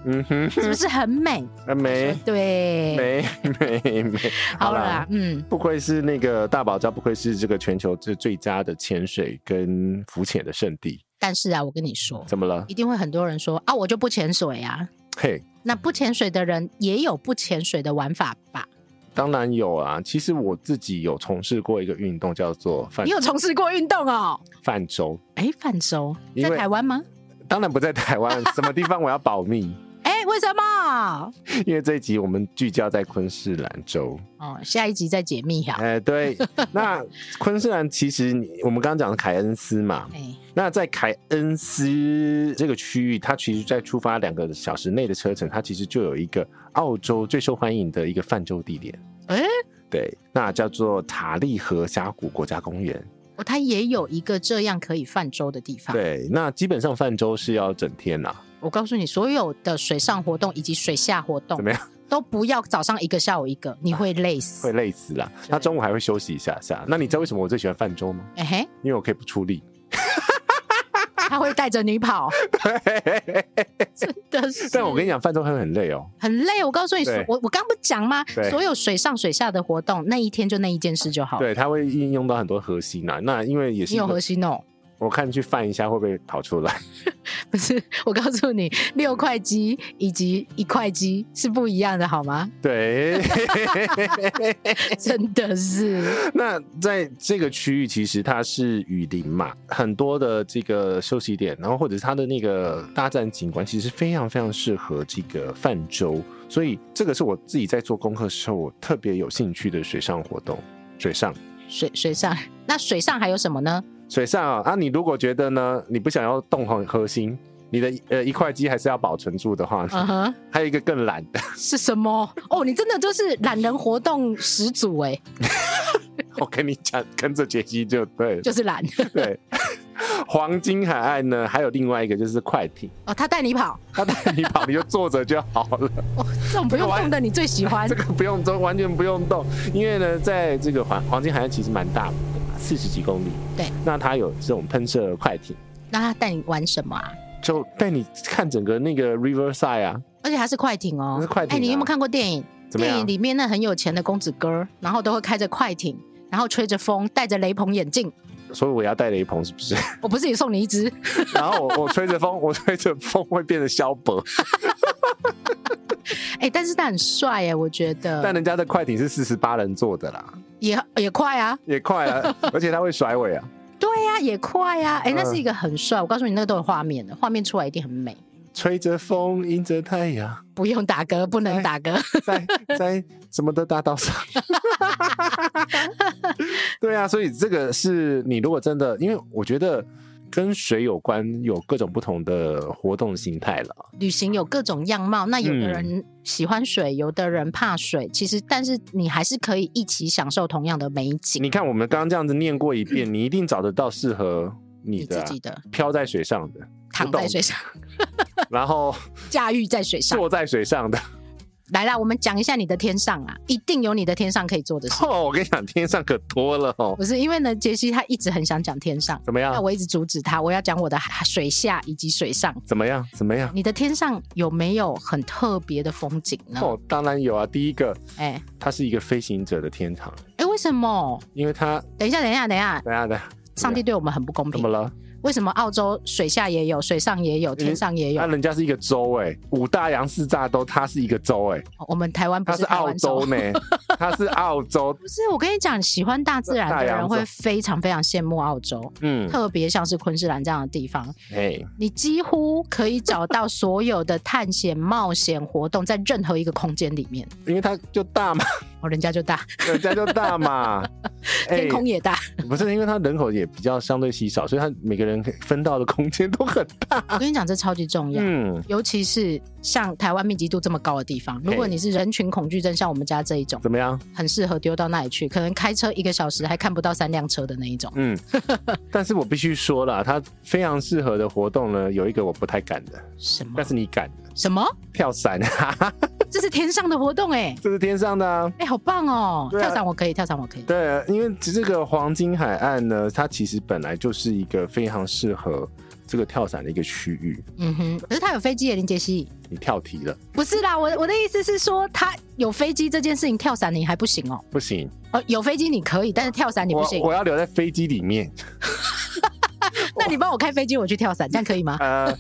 嗯哼，哼，是不是很美？啊没 对，没没 没，好啦啦，嗯，不愧是那个大堡礁，不愧是这个全球最最佳的潜水跟浮潜的圣地。但是啊，我跟你说，怎么了？一定会很多人说啊，我就不潜水啊。嘿，那不潜水的人也有不潜水的玩法吧？当然有啊。其实我自己有从事过一个运动，叫做泛你有从事过运动哦？泛舟。哎，泛舟因在为台湾吗？当然不在台 湾，什么地方我要保密，哎，为什么？因为这一集我们聚焦在昆士兰州。哦，下一集再解密哈。哎、对，那昆士兰其实你我们刚刚讲的凯恩斯嘛，哎，那在凯恩斯这个区域，它其实在出发两个小时内的车程，它其实就有一个澳洲最受欢迎的一个泛舟地点。哎对，那叫做塔利河峡谷国家公园。哦，它也有一个这样可以泛舟的地方。，对，那基本上泛舟是要整天啦、我告诉你，所有的水上活动以及水下活动，怎么样？都不要早上一个，下午一个，你会累会死。累死啦。那中午还会休息一下下。那你知道为什么我最喜欢泛舟吗？哎嘿，因为我可以不出力。 他会带着你跑，真的是。但我跟你讲，泛舟会很累哦。很累，我告诉你，对我我刚不讲吗对？所有水上水下的活动，那一天就那一件事就好。对，它会应用到很多核心啊。那因为也是你有核心哦，我看去泛一下会不会跑出 来？不是？我告诉你，六块肌以及一块肌是不一样的，好吗？ 对。真的是，那在这个区域，其实它是雨林嘛，很多的这个休息点，然后或者是它的那个大战景观，其实非常非常适合这个泛舟，所以这个是我自己在做功课的时候，我特别有兴趣的水上活动。水上，水水上，那水上还有什么呢？水上啊，啊你如果觉得呢，你不想要动核核心，你的呃一块肌还是要保存住的话，嗯哼。还有一个更懒的，是什么？哦，你真的就是懒人活动始祖哎， 我跟你讲，跟着杰西就对了，就是懒对。黄金海岸呢，还有另外一个就是快艇。哦。他带你跑，他带你跑，你就坐着就好了。 哦，这种不用动的你最喜欢这。个不用动，完全不用动，因为呢，在这个黄黄金海岸其实蛮大的嘛，四十几公里。对，那它有这种喷射快艇，那他带你玩什么啊？就带你看整个那个 Riverside 啊，而且还是快艇哦，是快艇啊哎，你有没有看过电影？怎么电影样？里面那很有钱的公子哥，然后都会开着快艇，然后吹着风，戴着雷朋眼镜。所以我要带雷朋是不是？ 我不是也送你一只？ 然后我我吹着风，我吹着风会变得萧伯，哎，但是他很帅哎，我觉但得人家的快艇是四十八人坐的啦，也也快啊，也快啊， 而且它会甩尾啊，对呀、也快呀、哎，那嗯是一个很帅。我告诉你，那个都有画面的，画面出来一定很美。吹着风，迎着太阳， 不用打嗝，不能哎打嗝。 在在什么的大道上。对啊，所以这个是你如果真的，因为我觉得跟水有关，有各种不同的活动形态了。旅行有各种样貌，那有的人喜欢水，有的人怕水，其实但是你还是可以一起享受同样的美景，你看，我们刚刚这样子念过一 遍，你一定找得到适合你你的自啊、己的漂在水上 的，躺在水上，然后驾驭在水上。坐在水上 的。来啦，我们讲一下你的天上啊，一定有你的天上可以做的事。哦，我跟你讲，天上可多了哦。不是因为呢，杰西他一直很想讲天上，怎么那样？我一直阻止他，我要讲我的水下以及水上。怎么样？怎么样？你的天上有没有很特别的风景呢？哦，当然有啊。第一个，哎它是一个飞行者的天堂，哎，为什么？因为它，等一下，等一下，等一下，等一下等一下，上帝对我们很不公怎么平。了？为什么澳洲水下也有，水上也有，天上也有？那人家是一个州哎、五大洋四大洲，它是一个州哎、我们台湾不它是是台澳湾州洲 呢，它是澳洲，不是，我跟你讲，喜欢大自然大的洋洲人会非常非常羡慕澳洲，嗯，特别像是昆士兰这样的地方，哎，你几乎可以找到所有的探险冒险活动在任何一个空间里面，因为它就大 嘛，哦，人家就大，人家就大嘛，哎天空也大。不是因为它人口也比较相对稀少，所以它每个人可以分到的空间都很大，我跟你讲，这超级重要。嗯，尤其是像台湾密集度这么高的地方，如果你是人群恐惧症，像我们家这一种，怎么样？很适合丢到那里去，可能开车一个小时还看不到三辆车的那一种。 嗯，但是我必须说了，它非常适合的活动呢，有一个我不太敢的，什么但？是你敢的，什么？跳伞，哈哈这是天上的活动哎、 这是天上的、啊。哎、好棒哦！对啊跳伞我可以，跳伞我可以。对，啊因为这个黄金海岸呢，它其实本来就是一个非常适合这个跳伞的一个区域。嗯哼，可是他有飞机耶，林杰西。你跳题了，不是啦，我我的意思是说，他有飞机这件事情，跳伞你还不行哦。不行，哦，有飞机你可以，但是跳伞你不行我。我要留在飞机里面。那你帮我开飞机，我去跳伞，这样可以 吗？呃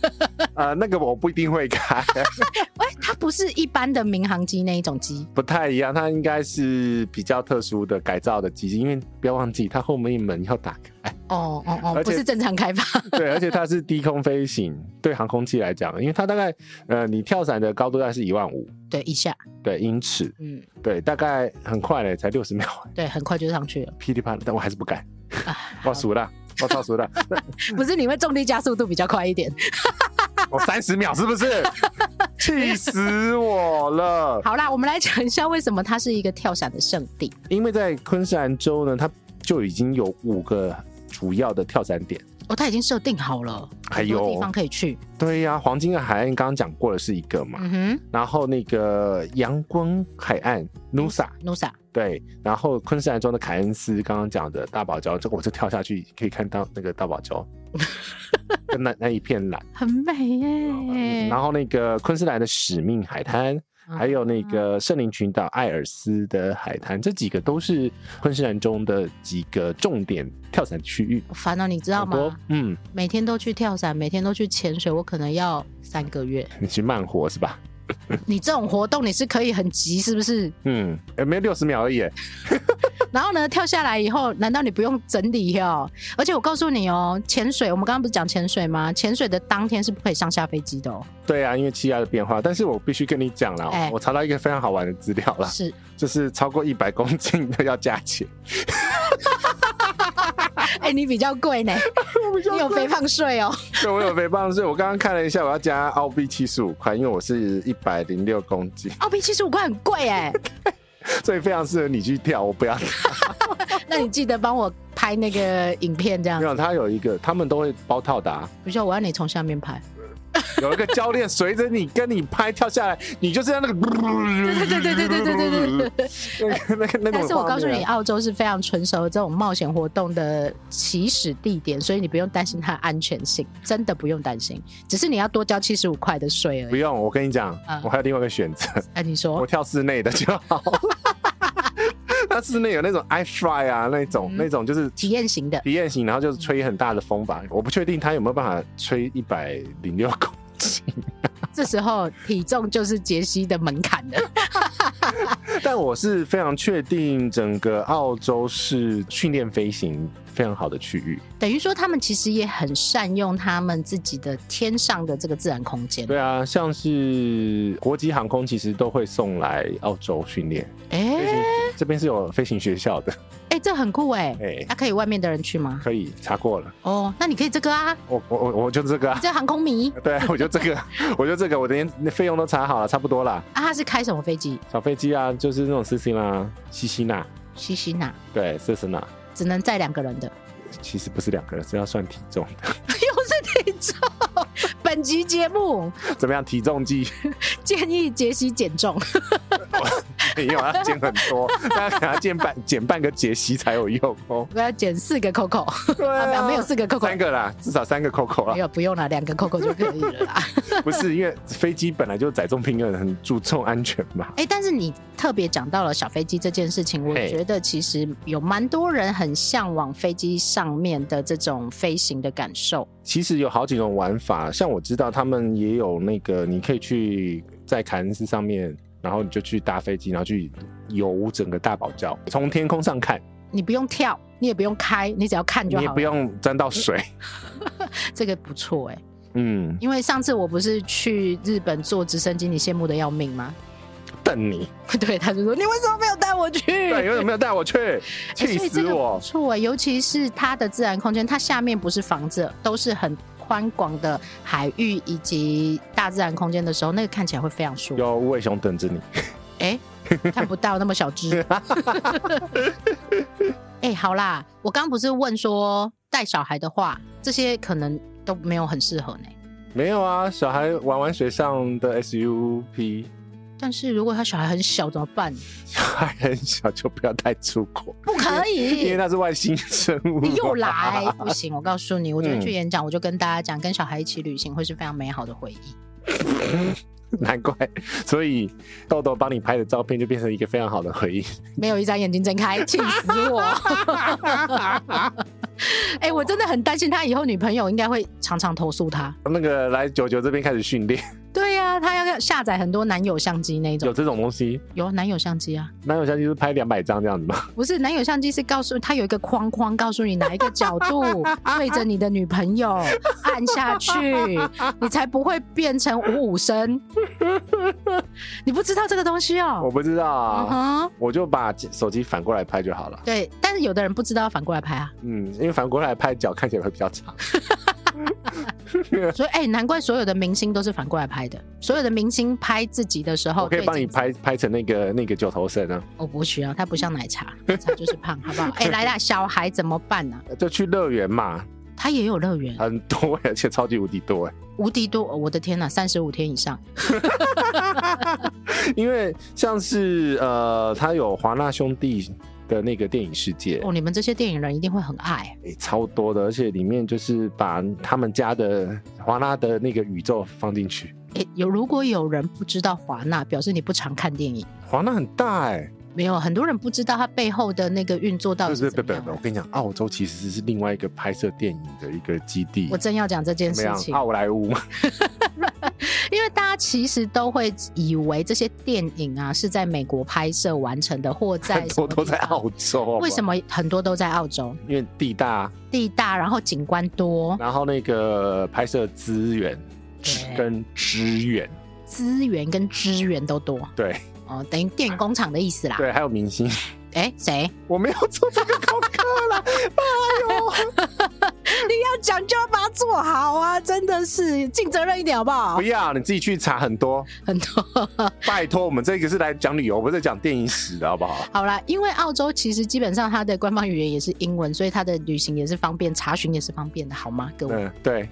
呃，那个我不一定会开，哎、它不是一般的民航机那一种机，不太一样，它应该是比较特殊的改造的机器，因为不要忘记它后面门要打开。哦哦哦，而不且是正常开发。 对，而且它是低空飞行，对航空器来讲，因为它大概呃，你跳伞的高度大概是一万五，对，一下，对，英尺，嗯，对，大概很快嘞，才六十秒，对，很快就上 去了。噼里啪啦，但我还是不敢，啊，我熟了，我超 熟了，不是你会重力加速度比较快一点。我三十秒是不 是？气死我了！ 好啦，我们来讲一下为什么它是一个跳伞的圣地。因为在昆士兰州呢，它就已经有五个主要的跳伞点。哦，它已经设定好了，哎很多呦地方可以去。对呀、黄金海岸刚刚讲过的是一个嘛，嗯哼然后那个阳光海岸 Nusa， ，Nusa，对，然后昆士兰州的凯恩斯，刚刚讲的大堡礁，这个我就跳下去可以看到那个大堡礁， 跟那那一片蓝。很美耶。然后那个昆士兰的使命海滩，嗯还有那个圣灵群岛艾尔斯的海滩，这几个都是昆士兰中的几个重点跳伞区域。我烦恼，你知道很多吗？嗯，每天都去跳伞，每天都去潜水，我可能要三个月。你去慢活是吧？你这种活动你是可以很急，是不是？嗯，哎，没有六十秒而已。然后呢，跳下来以后，难道你不用整理哦？而且我告诉你哦，潜水，我们刚刚不是讲潜水吗？潜水的当天是不可以上下飞机的哦。对啊，因为气压的变化，但是我必须跟你讲啦，哎我查到一个非常好玩的资料啦，是，就是超过一百公斤的要加钱。 哎、你比较贵 呢，你有肥胖税哦。对，我有肥胖税，我刚刚看了一下，我要加澳币七十五块，因为我是一百零六公斤，澳哦币七十五块很贵 哎，所以非常适合你去跳。我不要，那你记得帮我拍那个影片，这样没有，他有一个，他们都会包套的、啊，不需要我要你从下面拍。有一个教练随着你跟你拍跳下来，你就是要那个，对对对对对对对对对。对，那个那个。但是我告诉你，，啊澳洲是非常成熟的这种冒险活动的起始地点，所以你不用担心它的安全性，真的不用担心，只是你要多交七十五块的税而不已。用，我跟你讲，嗯我还有另外一个选择，哎、你我说跳室内的就好。那室内有那种 i fly 啊，那种、嗯那种就是体验型的，体验型，然后就是吹很大的风吧。我不确定他有没有办法吹一百零六公斤，这时候体重就是杰西的门槛 了。但我是非常确定整个澳洲是训练飞行非常好的区域。等于说他们其实也很善用他们自己的天上的这个自然空间。对啊，像是国际航空其实都会送来澳洲训练，哎、飞行这边是有飞行学校的， 哎、这很酷哎、嗯哎那、可以外面的人去吗？可以查过了。哦，那你可以这个啊，我我我我就这个、你啊， 这航空迷对啊我就这个， 我就这个，我连费用都查好了，差不多啦。啊，他是开什么飞机？小飞机啊，就是那种四星啦、西西娜，西西娜，对，四十娜，只能载两个人的，其实不是两个人，是要算体重 的。又是体重。本集节目怎么样？体重计建议杰西减重， 没有，啊要减很多， 大家给他减半减半个解析才有用哦。我要减四个 Coco，对啊没啊，有没有四个 Coco，三个啦，至少三个 Coco 没啦。有不用了，两个 Coco 就可以了啦。 不是因为飞机本来就载重平衡，很注重安全嘛。哎、但是你特别讲到了小飞机这件事情，我嘿觉得其实有蛮多人很向往飞机上面的这种飞行的感受。其实有好几种玩法，像我知道他们也有那个，你可以去在凯恩斯上面，然后你就去搭飞机，然后去游整个大堡礁，从天空上看，你不用跳，你也不用开，你只要看你就也好不了。用沾到水。这个不错哎、嗯，因为上次我不是去日本坐直升机，你羡慕的要命吗？ 瞪你，对，他就说你为什么没有带我去？对，有没有带我 去？哎气所以这死个我不！错哎、尤其是它的自然空间，它下面不是房子，都是很宽广的海域以及大自然空间的时候，那个看起来会非常舒服。有无尾熊等着你。哎、看不到那么小 只。哎、好啦，我刚不是问说带小孩的话，这些可能都没有很适合呢。没有啊，小孩玩玩水上的 SUP，但是如果他小孩很小怎么办？小孩很小就不要带出国，不可因为以，那是外星生物。你又来，不行！我告诉你，我昨天嗯去演讲，我就跟大家讲，跟小孩一起旅行会是非常美好的回忆。 难怪，所以豆豆帮你拍的照片就变成一个非常好的回忆。 没有一张眼睛睁开，气死我！哎、我真的很担心他以后女朋友应该会常常投诉他。那个来九九这边开始训练，对呀、他要下载很多男友相机那有种，这种东西，有男友相机啊，那我相机是拍两百张这样子吗？不是男友相机是告诉他有一个框框，告诉你哪一个角度对着你的女 朋友按下去，你才不会变成五 五身。你不知道这个东西我哦？不知道嗯啊，哼，我就把手机反过来拍就好了。对，但是有的人不知道，反过来拍啊。嗯，因为反过来拍脚看起来会比较长。所以，哎、难怪所有的明星都是反过来拍的。所有的明星拍自己的时候，我可以帮你拍拍成那个那个九头身啊，对。我不需要，它不像奶茶，奶茶就是胖，好不好？哎、来啦，小孩怎么办呢、就去乐园嘛，他也有乐园，很多， 而且超级无敌多哎。无敌多！哦我的天呐、三十五天以上，因为像是呃，他有华纳兄弟的那个电影世界，哦，你们这些电影人一定会很爱。啊欸超多的，而且里面就是把他们家的华纳的那个宇宙放进去。哎、有如果有人不知道华纳，表示你不常看电影。华纳很大哎、没有很多人不知道它背后的那个运作到不底是是不是怎不么是，样啊不是我跟你讲，澳的。洲其实是另外一个拍摄电影的一个基地我。正要讲这件怎么事样？情，奥莱坞嘛，因为大家其实都会以为这些电影啊是在美国拍摄完成的，或在很多什么 地都在方澳洲。为什么？么很多都在澳洲？因为地大，地大，然后景观多，然后那个拍摄资源对跟支援，资源跟资源都多对哦，等于电影工厂的意思啦。对，还有明星。 哎，谁？我没有做这个功课啦，要讲就要把它做好啊！真的是尽责任一点好不 好不？要你自己去查很多。很多 拜托，我们这个是来讲旅游，不是讲电影史的好不 好？好啦，因为澳洲其实基本上它的官方语言也是英文，所以它的旅行也是方便，查询也是方便的，好吗？各位，嗯，对。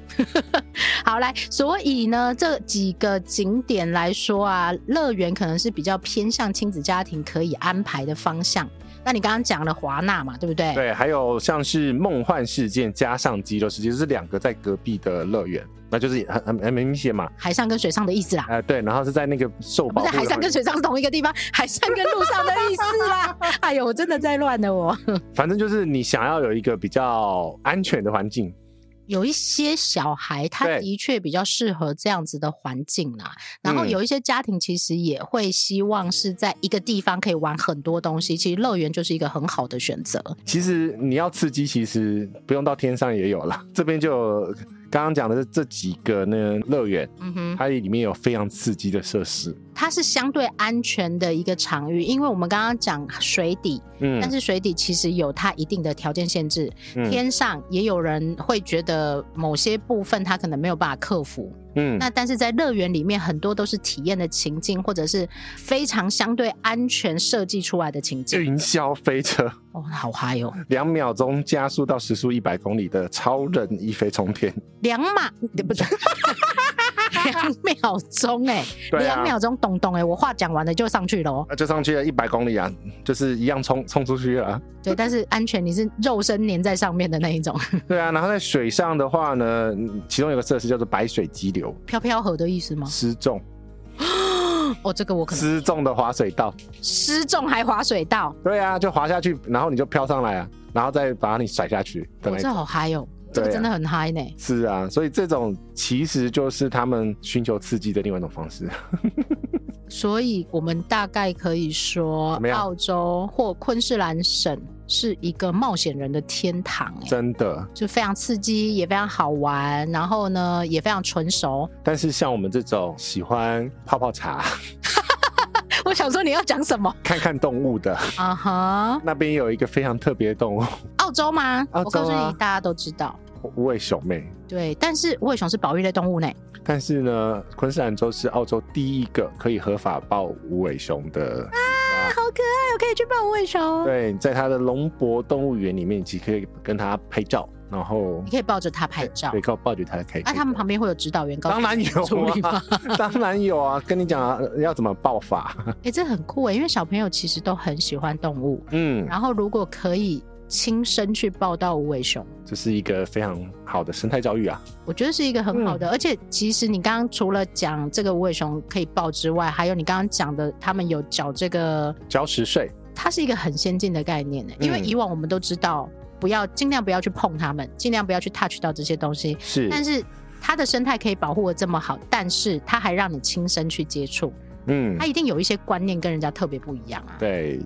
好来，所以呢，这几个景点来说啊，乐园可能是比较偏向亲子家庭可以安排的方向。那你刚刚讲了华纳嘛，对不对？对，还有像是梦幻事件加上激流世界，就是两个在隔壁的乐园，那就是很很很明显嘛。海上跟水上的意思啦。哎、对，然后是在那个受不保护是的海上跟水上是同一个地方， 海上跟路上的意思 啦。哎呦，我真的在乱了我。反正就是你想要有一个比较安全的环境，有一些小孩，他对的确比较适合这样子的环境啦。然后嗯有一些家庭其实也会希望是在一个地方可以玩很多东西，其实乐园就是一个很好的选择。其实你要刺激，其实不用到天上也有啦。 这边就有刚刚讲的这这几个呢乐园，嗯哼，它里面有非常刺激的设施，它是相对安全的一个场域，因为我们刚刚讲水底，嗯，但是水底其实有它一定的条件限制，天上也有人会觉得某些部分他可能没有办法克服。嗯那但是在乐园里面，很多都是体验的情境，或者是非常相对安全设计出来的情境。云霄飞车哦，好嗨哦！两秒钟加速到时速一百公里的超人一飞冲天，两码不 对，两秒钟哎、对两啊，秒钟咚咚哎、我话讲完了就上去了哦。那就上去了一百公里啊，就是一样冲冲出去了 啊。对，但是安全你是肉身粘在上面的那一种，对啊，然后在水上的话呢，嗯其中有个设施叫做白水激流，飘飘河的意思吗？失重哦，这个我可能失重的滑水道。失重还滑水道，对啊，就滑下去，然后你就飘上来啊，然后再把你甩下去的我那这种。好嗨哦，这个对啊真的很嗨呢。是啊，所以这种其实就是他们寻求刺激的另外一种方 式。所以我们大概可以说怎么，样澳洲或昆士兰省是一个冒险人的天堂、哎，真的。就非常刺激，也非常好玩，然后呢，也非常纯熟。 但是像我们这种喜欢泡泡茶、 我想说你要讲什么？看看动物的，啊哈，那边有一个非常特别的动物澳洲吗？澳洲啊我告诉你，大家都知道。 ——无尾熊妹。对，但是无尾熊是保育类动物呢。但是呢，昆士兰州是澳洲第一个可以合法抱无尾熊的。啊好可爱，我可以去抱无尾熊。对，在它的龙博动物园里面，你可以跟它拍照，然后你可以抱着它拍照对，。靠抱着它可以。啊，他们旁边会有指导员告诉当你然有处理吗啊， 当然有啊，跟你讲啊，要怎么爆 发？哎、这很酷哎，因为小朋友其实都很喜欢动物，嗯，然后如果可以亲身去抱到无尾熊，这是一个非常好的生态教育啊。我觉得是一个很嗯好的。而且其实你刚刚除了讲这个无尾熊可以抱之外，还有你刚刚讲的，他们有缴这个，交十岁，它是一个很先进的概念呢。嗯因为以往我们都知道，不要尽量不要去碰它们，尽量不要去 touch 到这些东西，是，但是。它的生态可以保护的这么好，但是它还让你亲身去接触，嗯它，一定有一些观念跟人家特别不一样啊！对，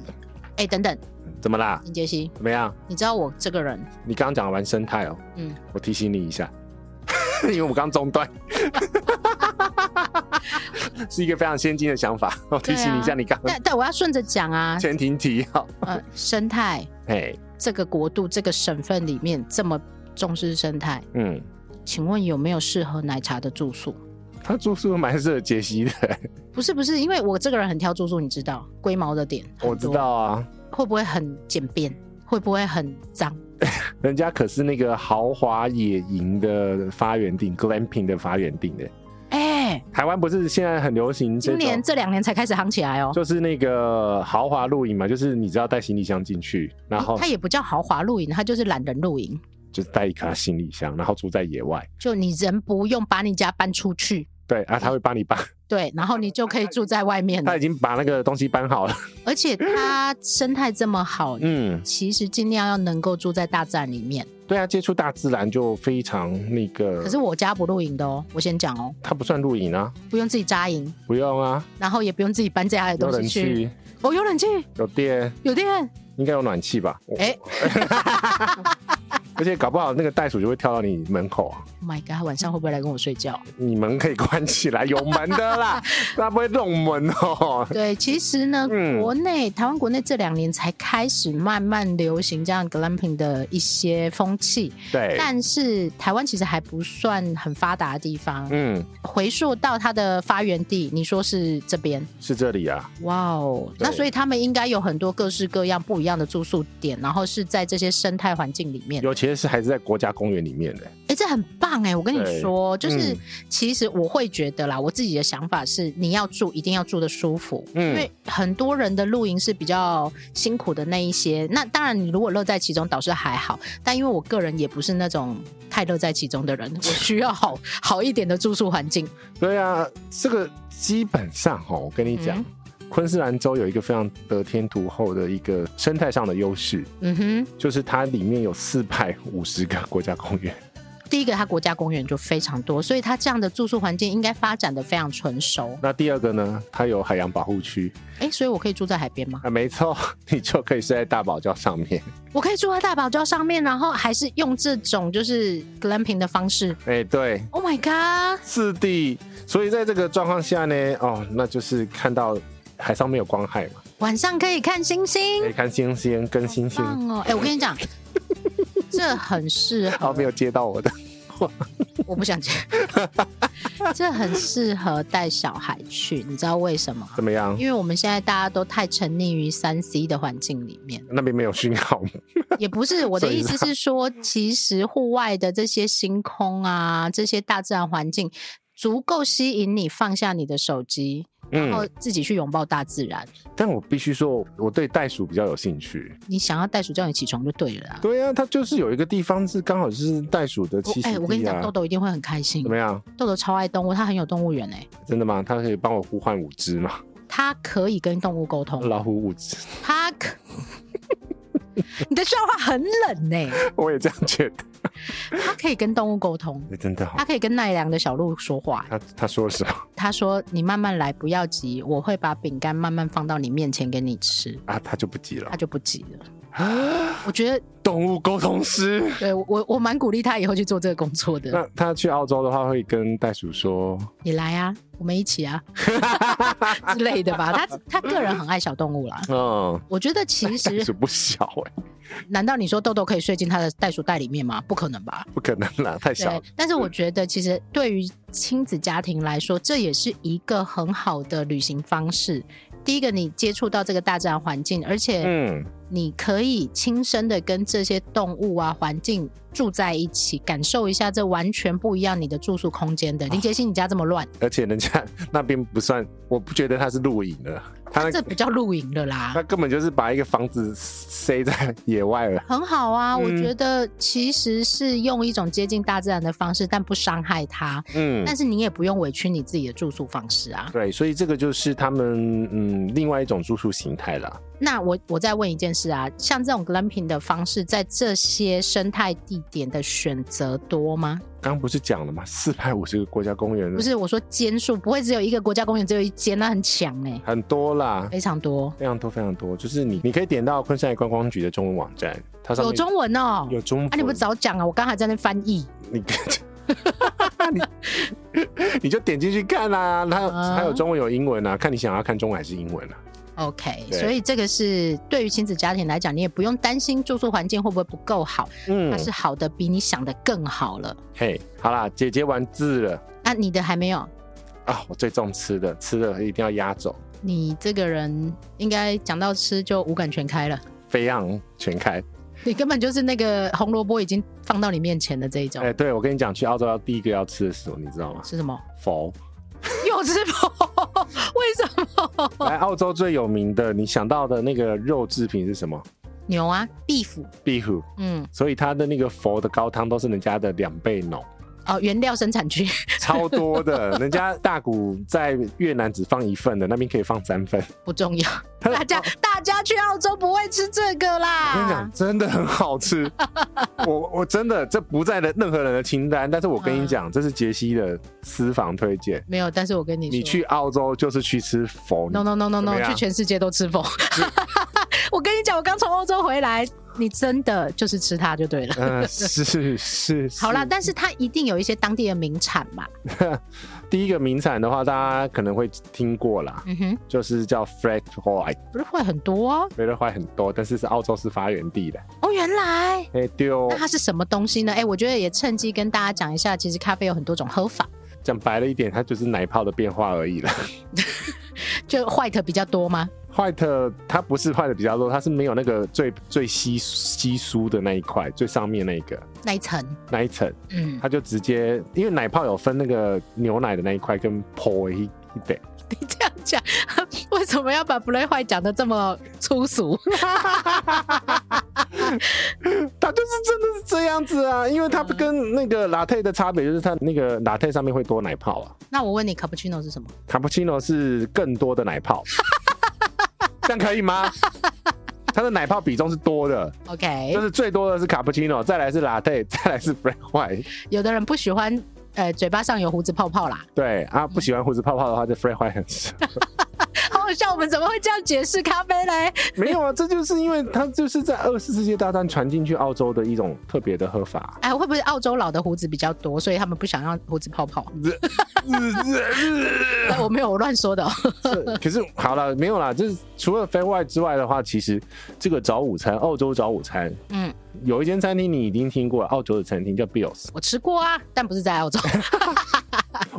哎、等等，怎么啦？林杰西，怎么样？你知道我这个人，你刚刚讲完生态哦，嗯，我提醒你一下， 因为我们刚中断， 是一个非常先进的想法。我提醒你一下，对啊你刚刚但但我要顺着讲啊，前庭提要，呃，生态哎，这个国度、这个省份里面这么重视生态，嗯，请问有没有适合奶茶的住宿？他住宿蛮适合杰西的，不是不是，因为我这个人很挑住宿，你知道，龟毛的点，我知，道啊，会不会很简便？会不会很脏？人家可是那个豪华野营的发源地，glamping 的发源地的。哎、台湾不是现在很流行这今年种，这两年才开始夯起来哦。就是那个豪华露营嘛，就是你只要带行李箱进去，然后它也不叫豪华露营，它就是懒人露营，就是带一卡行李箱，然后住在野外。就你人不用把你家搬出去，对啊，嗯他会帮你搬，对，然后你就可以住在外面 他了已。经把那个东西搬好了。而且它生态这 么好，嗯，其实尽量要能够住在大自然里面。对啊，接触大自然就非常那个。可是我家不露营的哦，我先讲哦，他不算露营啊，不用自己扎营，不用啊，然后也不用自己搬家里的有哦东冷西去。气，哦，有冷气，有电，有电，应该有暖气吧？我哎、而且搞不好那个袋鼠就会跳到你门口啊， o h my god，晚上会不会来跟我 睡觉？你门可以关起来，有门的啦，它不会弄门 哦。对，其实呢，嗯国内台湾国内这两年才开始慢慢流行这样 glamping 的一些风气，对，但是台湾其实还不算很发达的地方。嗯，回溯到它的发源地，你说是这边？是这里啊，哇哦，对那所以他们应该有很多各式各样不一样的住宿点，然后是在这些生态环境里面。尤其是还是在国家公园里面的、哎，这很棒哎！我跟你对说，就是、嗯其实我会觉得啦，我自己的想法是，你要住一定要住的舒服，嗯因为很多人的露营是比较辛苦的那一些。那当然，你如果乐在其中倒是还好，但因为我个人也不是那种太乐在其中的人，我需要好好一点的住宿环境。对啊，这个基本上哦，我跟你嗯讲，昆士兰州有一个非常得天独厚的一个生态上的优势，嗯哼，就是它里面有四派五十个国家公园，第一个，它国家公园就非常多，所以它这样的住宿环境应该发展的非常成熟。那第二个呢，它有海洋保护区哎，所以我可以住在海边吗？啊，没错，你就可以睡在大堡礁上面。我可以住在大堡礁上面，然后还是用这种就是 glamping 的方式。哎、对， Oh my god！是的。所以在这个状况下呢，哦，那就是看到海上面有光害嘛，晚上可以看星星可，以看星星跟星星。棒哦！哎，我 跟你讲，这很适合哦，没有接到我的，我不想讲， 这很适合带小孩去，你知道为什么？怎么样？因为我们现在大家都太沉溺于三 C 的环境里面，那边没有讯号吗也不是我的意思是说，其实户外的这些星空啊，这些大自然环境，足够吸引你放下你的手机， 然后嗯，自己去拥抱大自然。但我必须说，我对袋鼠比较有兴趣。你想要袋鼠叫你起床就对了啦。对啊，它就是有一个地方是刚好是袋鼠的我栖息地哎、啊。我跟你讲，豆豆一定会很开心怎。么样？豆豆超爱动物，它很有动物园哎、真的吗？它可以帮我呼唤五只吗？它可以跟动物沟通，老虎五只， 它可。 你的笑话很冷呢、我也这样觉得。它可以跟动物沟通，哎真的好它，可以跟奈良的小鹿说话、他他说了什么他说：“你慢慢来，不要急，我会把饼干慢慢放到你面前给你吃。啊？他就不急”了他。就不急了。我觉得， 动物沟通师。对我我我蛮鼓励他以后去做这个工作的。那他去澳洲的话，会跟袋鼠说，你来啊，我们一起 啊之类的吧。他他个人很爱小动物啦。嗯，我觉得 其袋实鼠，不小哎、难道你说豆豆可以睡进他的袋鼠袋里面吗？不可能吧。 不可能啦，太小嗯对了。，但是我觉得其实对于亲子家庭来说，这也是一个很好的旅行方式。第一个，你接触到这个大自然环境，而且嗯，你可以亲身的跟这些动物啊、环境住在一起，感受一下这完全不一样你的住宿空间啊的。林杰星，你家这么乱，而且人家那边不算，我不觉得他是露营的，他这那不叫露营了啦他。根本就是把一个房子塞在野外 了。很好啊，嗯我觉得其实是用一种接近大自然的方式，但不伤害它。嗯，但是你也不用委屈你自己的住宿方式啊。对，所以这个就是他们嗯另外一种住宿形态啦。那我我再问一件事啊，像这种 glamping 的方式，在这些生态地点的选择多吗？刚刚不是讲了吗？四百五十个国家公园不是，我说间数不会只有一个国家公园只有一间，那很强哎、很多啦，非常多。非常多非常多。就是你你可以点到昆山观光局的中文网站，它上面有中文哦。有中文，啊，你不早讲啊！我刚才在那翻译。你 你 你就点进去看啦、它有啊它有中文有英文啊，看你想要看中文还是英文啊。 OK，对所以这个是对于亲子家庭来讲，你也不用担心住宿环境会不会不够好，嗯它，是好的比你想的更好了。嘿，好啦，姐姐完字了那、你的还没有，啊！我最重吃的，吃了一定要压轴，你这个人应该讲到吃就五感全开了，飞扬全开。你根本就是那个红萝卜已经放到你面前的这一种。哎、对我跟你讲，去澳洲要第一个要吃的是什么，你知道吗？吃什么？ 佛。又吃佛？为什么？来澳洲最有名的，你想到的那个肉制品是什么？牛啊，壁虎。壁虎。嗯，所以它的那个佛的高汤都是人家的两倍浓，哦，原料生产区。 超多的。人家大骨在越南只放一份的，那边可以放三份。不重要，他大家大家去澳洲不会吃这个哦啦。我跟你讲，真的很好 吃。我我真的这不在任何人的清单，但是我跟你讲，这是杰西的私房推荐。没有，但是我跟啊你说，你去澳洲就是去吃佛， no no no no 怎么 no，样去全世界都吃风。 我跟你讲，我刚从欧洲回来，你真的就是吃它就对了。嗯、是是。好啦，是但是它一定有一些当地的名产嘛。第一个名产的话，大家可能会听过啦，嗯哼，就是叫 flat white，不是会很多哦。 flat white 很多，但是是澳洲是发源地的。哦，原来哎、对哦那，它是什么东西呢？哎，我觉得也趁机跟大家讲一下，其实咖啡有很多种喝法，讲白了一点，它就是奶泡的变化而已啦。 就 white 比较多吗？ White 它不是 White 比较多，它是没有那个最最稀稀疏的那一块，最上面那一个那一层，那一层，嗯，它就直接因为奶泡有分那个牛奶的那一块跟 p o 一一点， 你这样讲，为什么要把 blue white 讲的这么粗俗？它就是真的是这样子啊，因为它跟那个 latte 的差别就是它那个 latte 上面会多奶泡啊， 那我问你，cappuccino 是什么？卡布奇诺是更多的奶泡，这样可以吗？它的奶泡比重是多的， OK，就是最多的是卡布奇诺，再来是 latte，再 来是 flat white。有的人不喜欢呃嘴巴上有胡子泡泡啦， 对啊，不喜欢胡子泡泡的话，就 flat white 很适合。好好笑，我们怎么会这样解释咖啡嘞？没有啊，这就是因为它就是在二次世界大战传进去澳洲的一种特别的喝 法。哎，会不会澳洲佬的胡子比较多，所以他们不想让胡子泡泡？哎我没有我乱说的、哦。是可是好了，没有啦，就是除了 flat white 之外的话，其实这个早午餐，澳洲早午餐嗯，有一间餐厅你已经听过了，澳洲的餐厅叫 Bill's。我吃过啊，但不是在澳洲。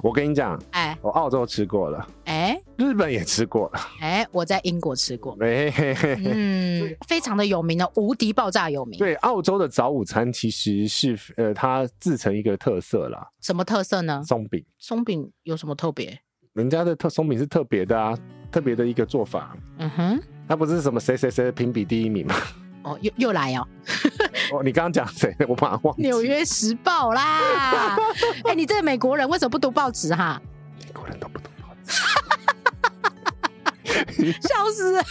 我跟你讲，哎我哦澳洲吃过了，哎日本也吃过了，哎，我在英国吃过，嘿嘿嘿嘿嗯，非常的有名的，无敌爆炸有名。对，澳洲的早午餐其实是呃，它自成一个特色啦，什么特色呢？松饼。松饼有什么特别？人家的特松饼是特别的啊，特别的一个做法。嗯哼，它不是什么谁谁谁的评比第一名吗？哦，又又来哦， 哦，你刚刚讲谁？我把它忘《记。纽约时报》啦。哎，你这个美国人为什么不读报纸哈？美国人都不懂报纸，笑死人！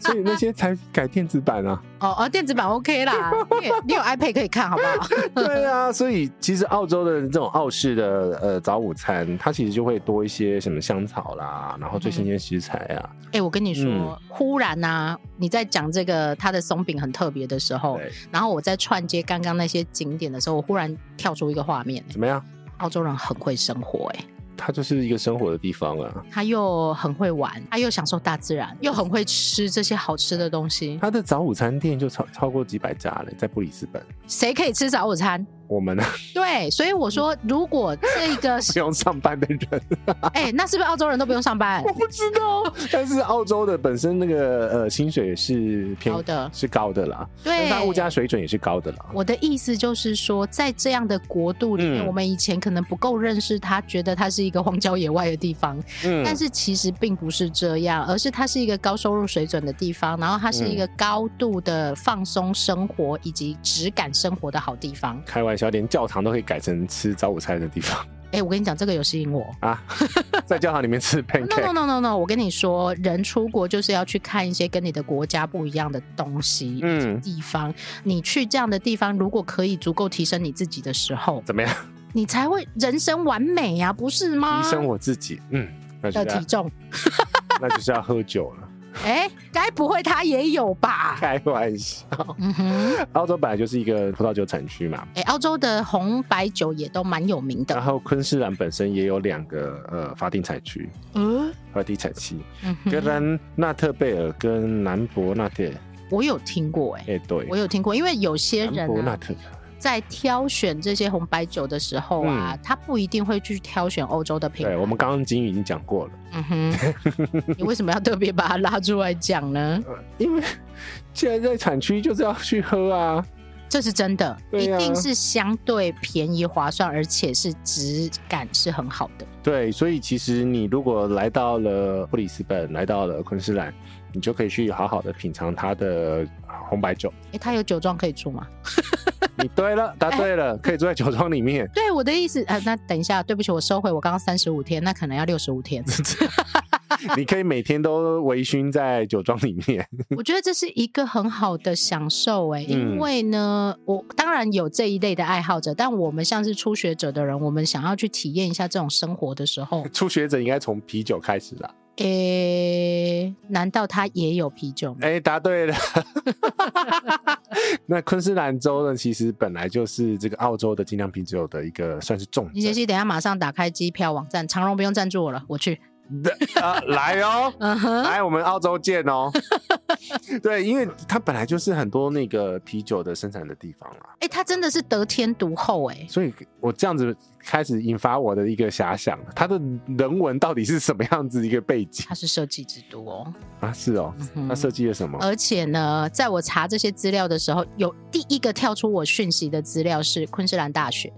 所以那些才改电子版啊。哦哦，电子版 OK 啦，你也你有 iPad 可以看，好不好？对啊，所以其实澳洲的这种澳式的呃早午餐，它其实就会多一些什么香草啦，然后最新鲜食材啊。哎、我跟你说，忽然呐、你在讲这个它的松饼很特别的时候，对，然后我在串接刚刚那些景点的时候，我忽然跳出一个画面、怎么样？澳洲人很会生活、哎，它就是一个生活的地方啊。他又很会玩，他又享受大自然，又很会吃这些好吃的东西。它的早午餐店就超超过几百家了，在布里斯本。谁可以吃早午餐？我们呢对，所以我说，如果这个不 是，用上班的人，哎、那是不是澳洲人都不用上班？不知道。 但是澳洲的本身那个呃薪水也是偏高的是高的啦，但对，是它物价水准也是高的啦。我的意思就是说，在这样的国度里面，嗯我们以前可能不够认识它，觉得它是一个荒郊野外的地方，嗯但是其实并不是这样，而是它是一个高收入水准的地方，然后它是嗯一个高度的放松生活以及质感生活的好地方。开玩笑，连教堂都可以改成吃早午餐的地 方哎、我跟你讲，这个有吸引我。啊，在教堂里面吃 No no pancake。 no no no！我跟你说，人出国就是要去看一些跟你的国家不一样的东西、嗯，地方。你去这样的地方，如果可以足够提升你自己的时候，怎么样？你才会人生完美呀、不是吗？提升我自己，嗯，那就的是要体重，那就是要喝酒了。哎、该不会他也有吧？开玩 笑，嗯哼，澳洲本来就是一个葡萄酒产区嘛，哎、澳洲的红白酒也都蛮有名然的。后昆士兰本身也有两个呃法定产区。嗯，和地产期，嗯格哼，兰纳特贝尔跟南博纳特，我有听过、哎，哎、对我，有听过，因为有些南人博纳啊，特，在挑选这些红白酒的时候啊，他不一定会去挑选欧洲的品嗯牌对。我们刚刚金宇已经讲过了，嗯哼， 你为什么要特别把它拉出来讲呢？因为既然在产区就是要去喝啊，这是真的，一对啊定是相对便宜划算，而且是质感是很好的。对，所以其实你如果来到了布里斯本，来到了昆士兰，你就可以去好好的品尝它的红白酒。哎、它有酒庄可以出吗？你对了，答对哎了，可以住在酒庄里面，对我的意思，呃，那等一下，对不起，我收回我刚刚三十五天，那可能要六十五天。你可以每天都微醺在酒庄里面。我觉得这是一个很好的享受、诶，哎，因嗯为呢，我当然有这一类的爱好者，但我们像是初学者的人，我们想要去体验一下这种生活的时候，初学者应该从啤酒开始啦。诶、难道他也有啤酒吗？哎、答对了。 那昆士兰州呢，其实本来就是这个澳洲的精酿啤酒的一个算是重林杰镇西，等一下马上打开机票网站，长荣不用赞助我了，我去。，啊、来哦 嗯哼，来我们澳洲见 哦。对，因为它本来就是很多那个啤酒的生产的地方啦，哎，他真的是得天独厚哎、所以我这样子开始引发我的一个遐想，它的人文到底是什么样子一个背景他是设计之都哦。啊？是哦，嗯它设计了什么？而且呢，在我查这些资料的时候，有第一个跳出我讯息的资料是昆士兰大学，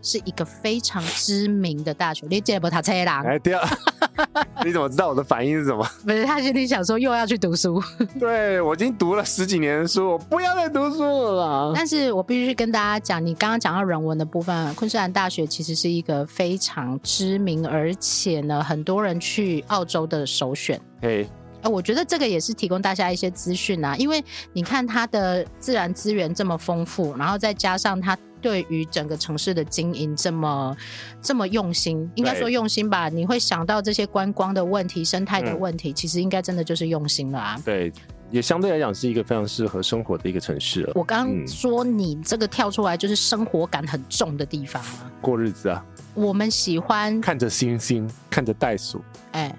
是一个非常知名的大学。你记得不？他车啦，哎，第二， 你怎么知道我的反应是什么？不是他心里想说又要去读书，对我已经读了十几年的书，我不要再读书了啦。但是我必须跟大家讲，你刚刚讲到人文的部分，昆士兰大学其实是一个非常知名，而且呢，很多人去澳洲的首选。嘿，呃，我觉得这个也是提供大家一些资讯啊，因为你看它的自然资源这么丰富，然后再加上它对于整个城市的经营这么这么用心，应该说用心吧，你会想到这些观光的问题、生态的嗯问题，其实应该真的就是用心了啊。对，也相对来讲是一个非常适合生活的一个城市了，我刚嗯刚说你这个跳出来就是生活感很重的地方啊，过日子啊，我们喜欢看着星星，看着袋 鼠，哎，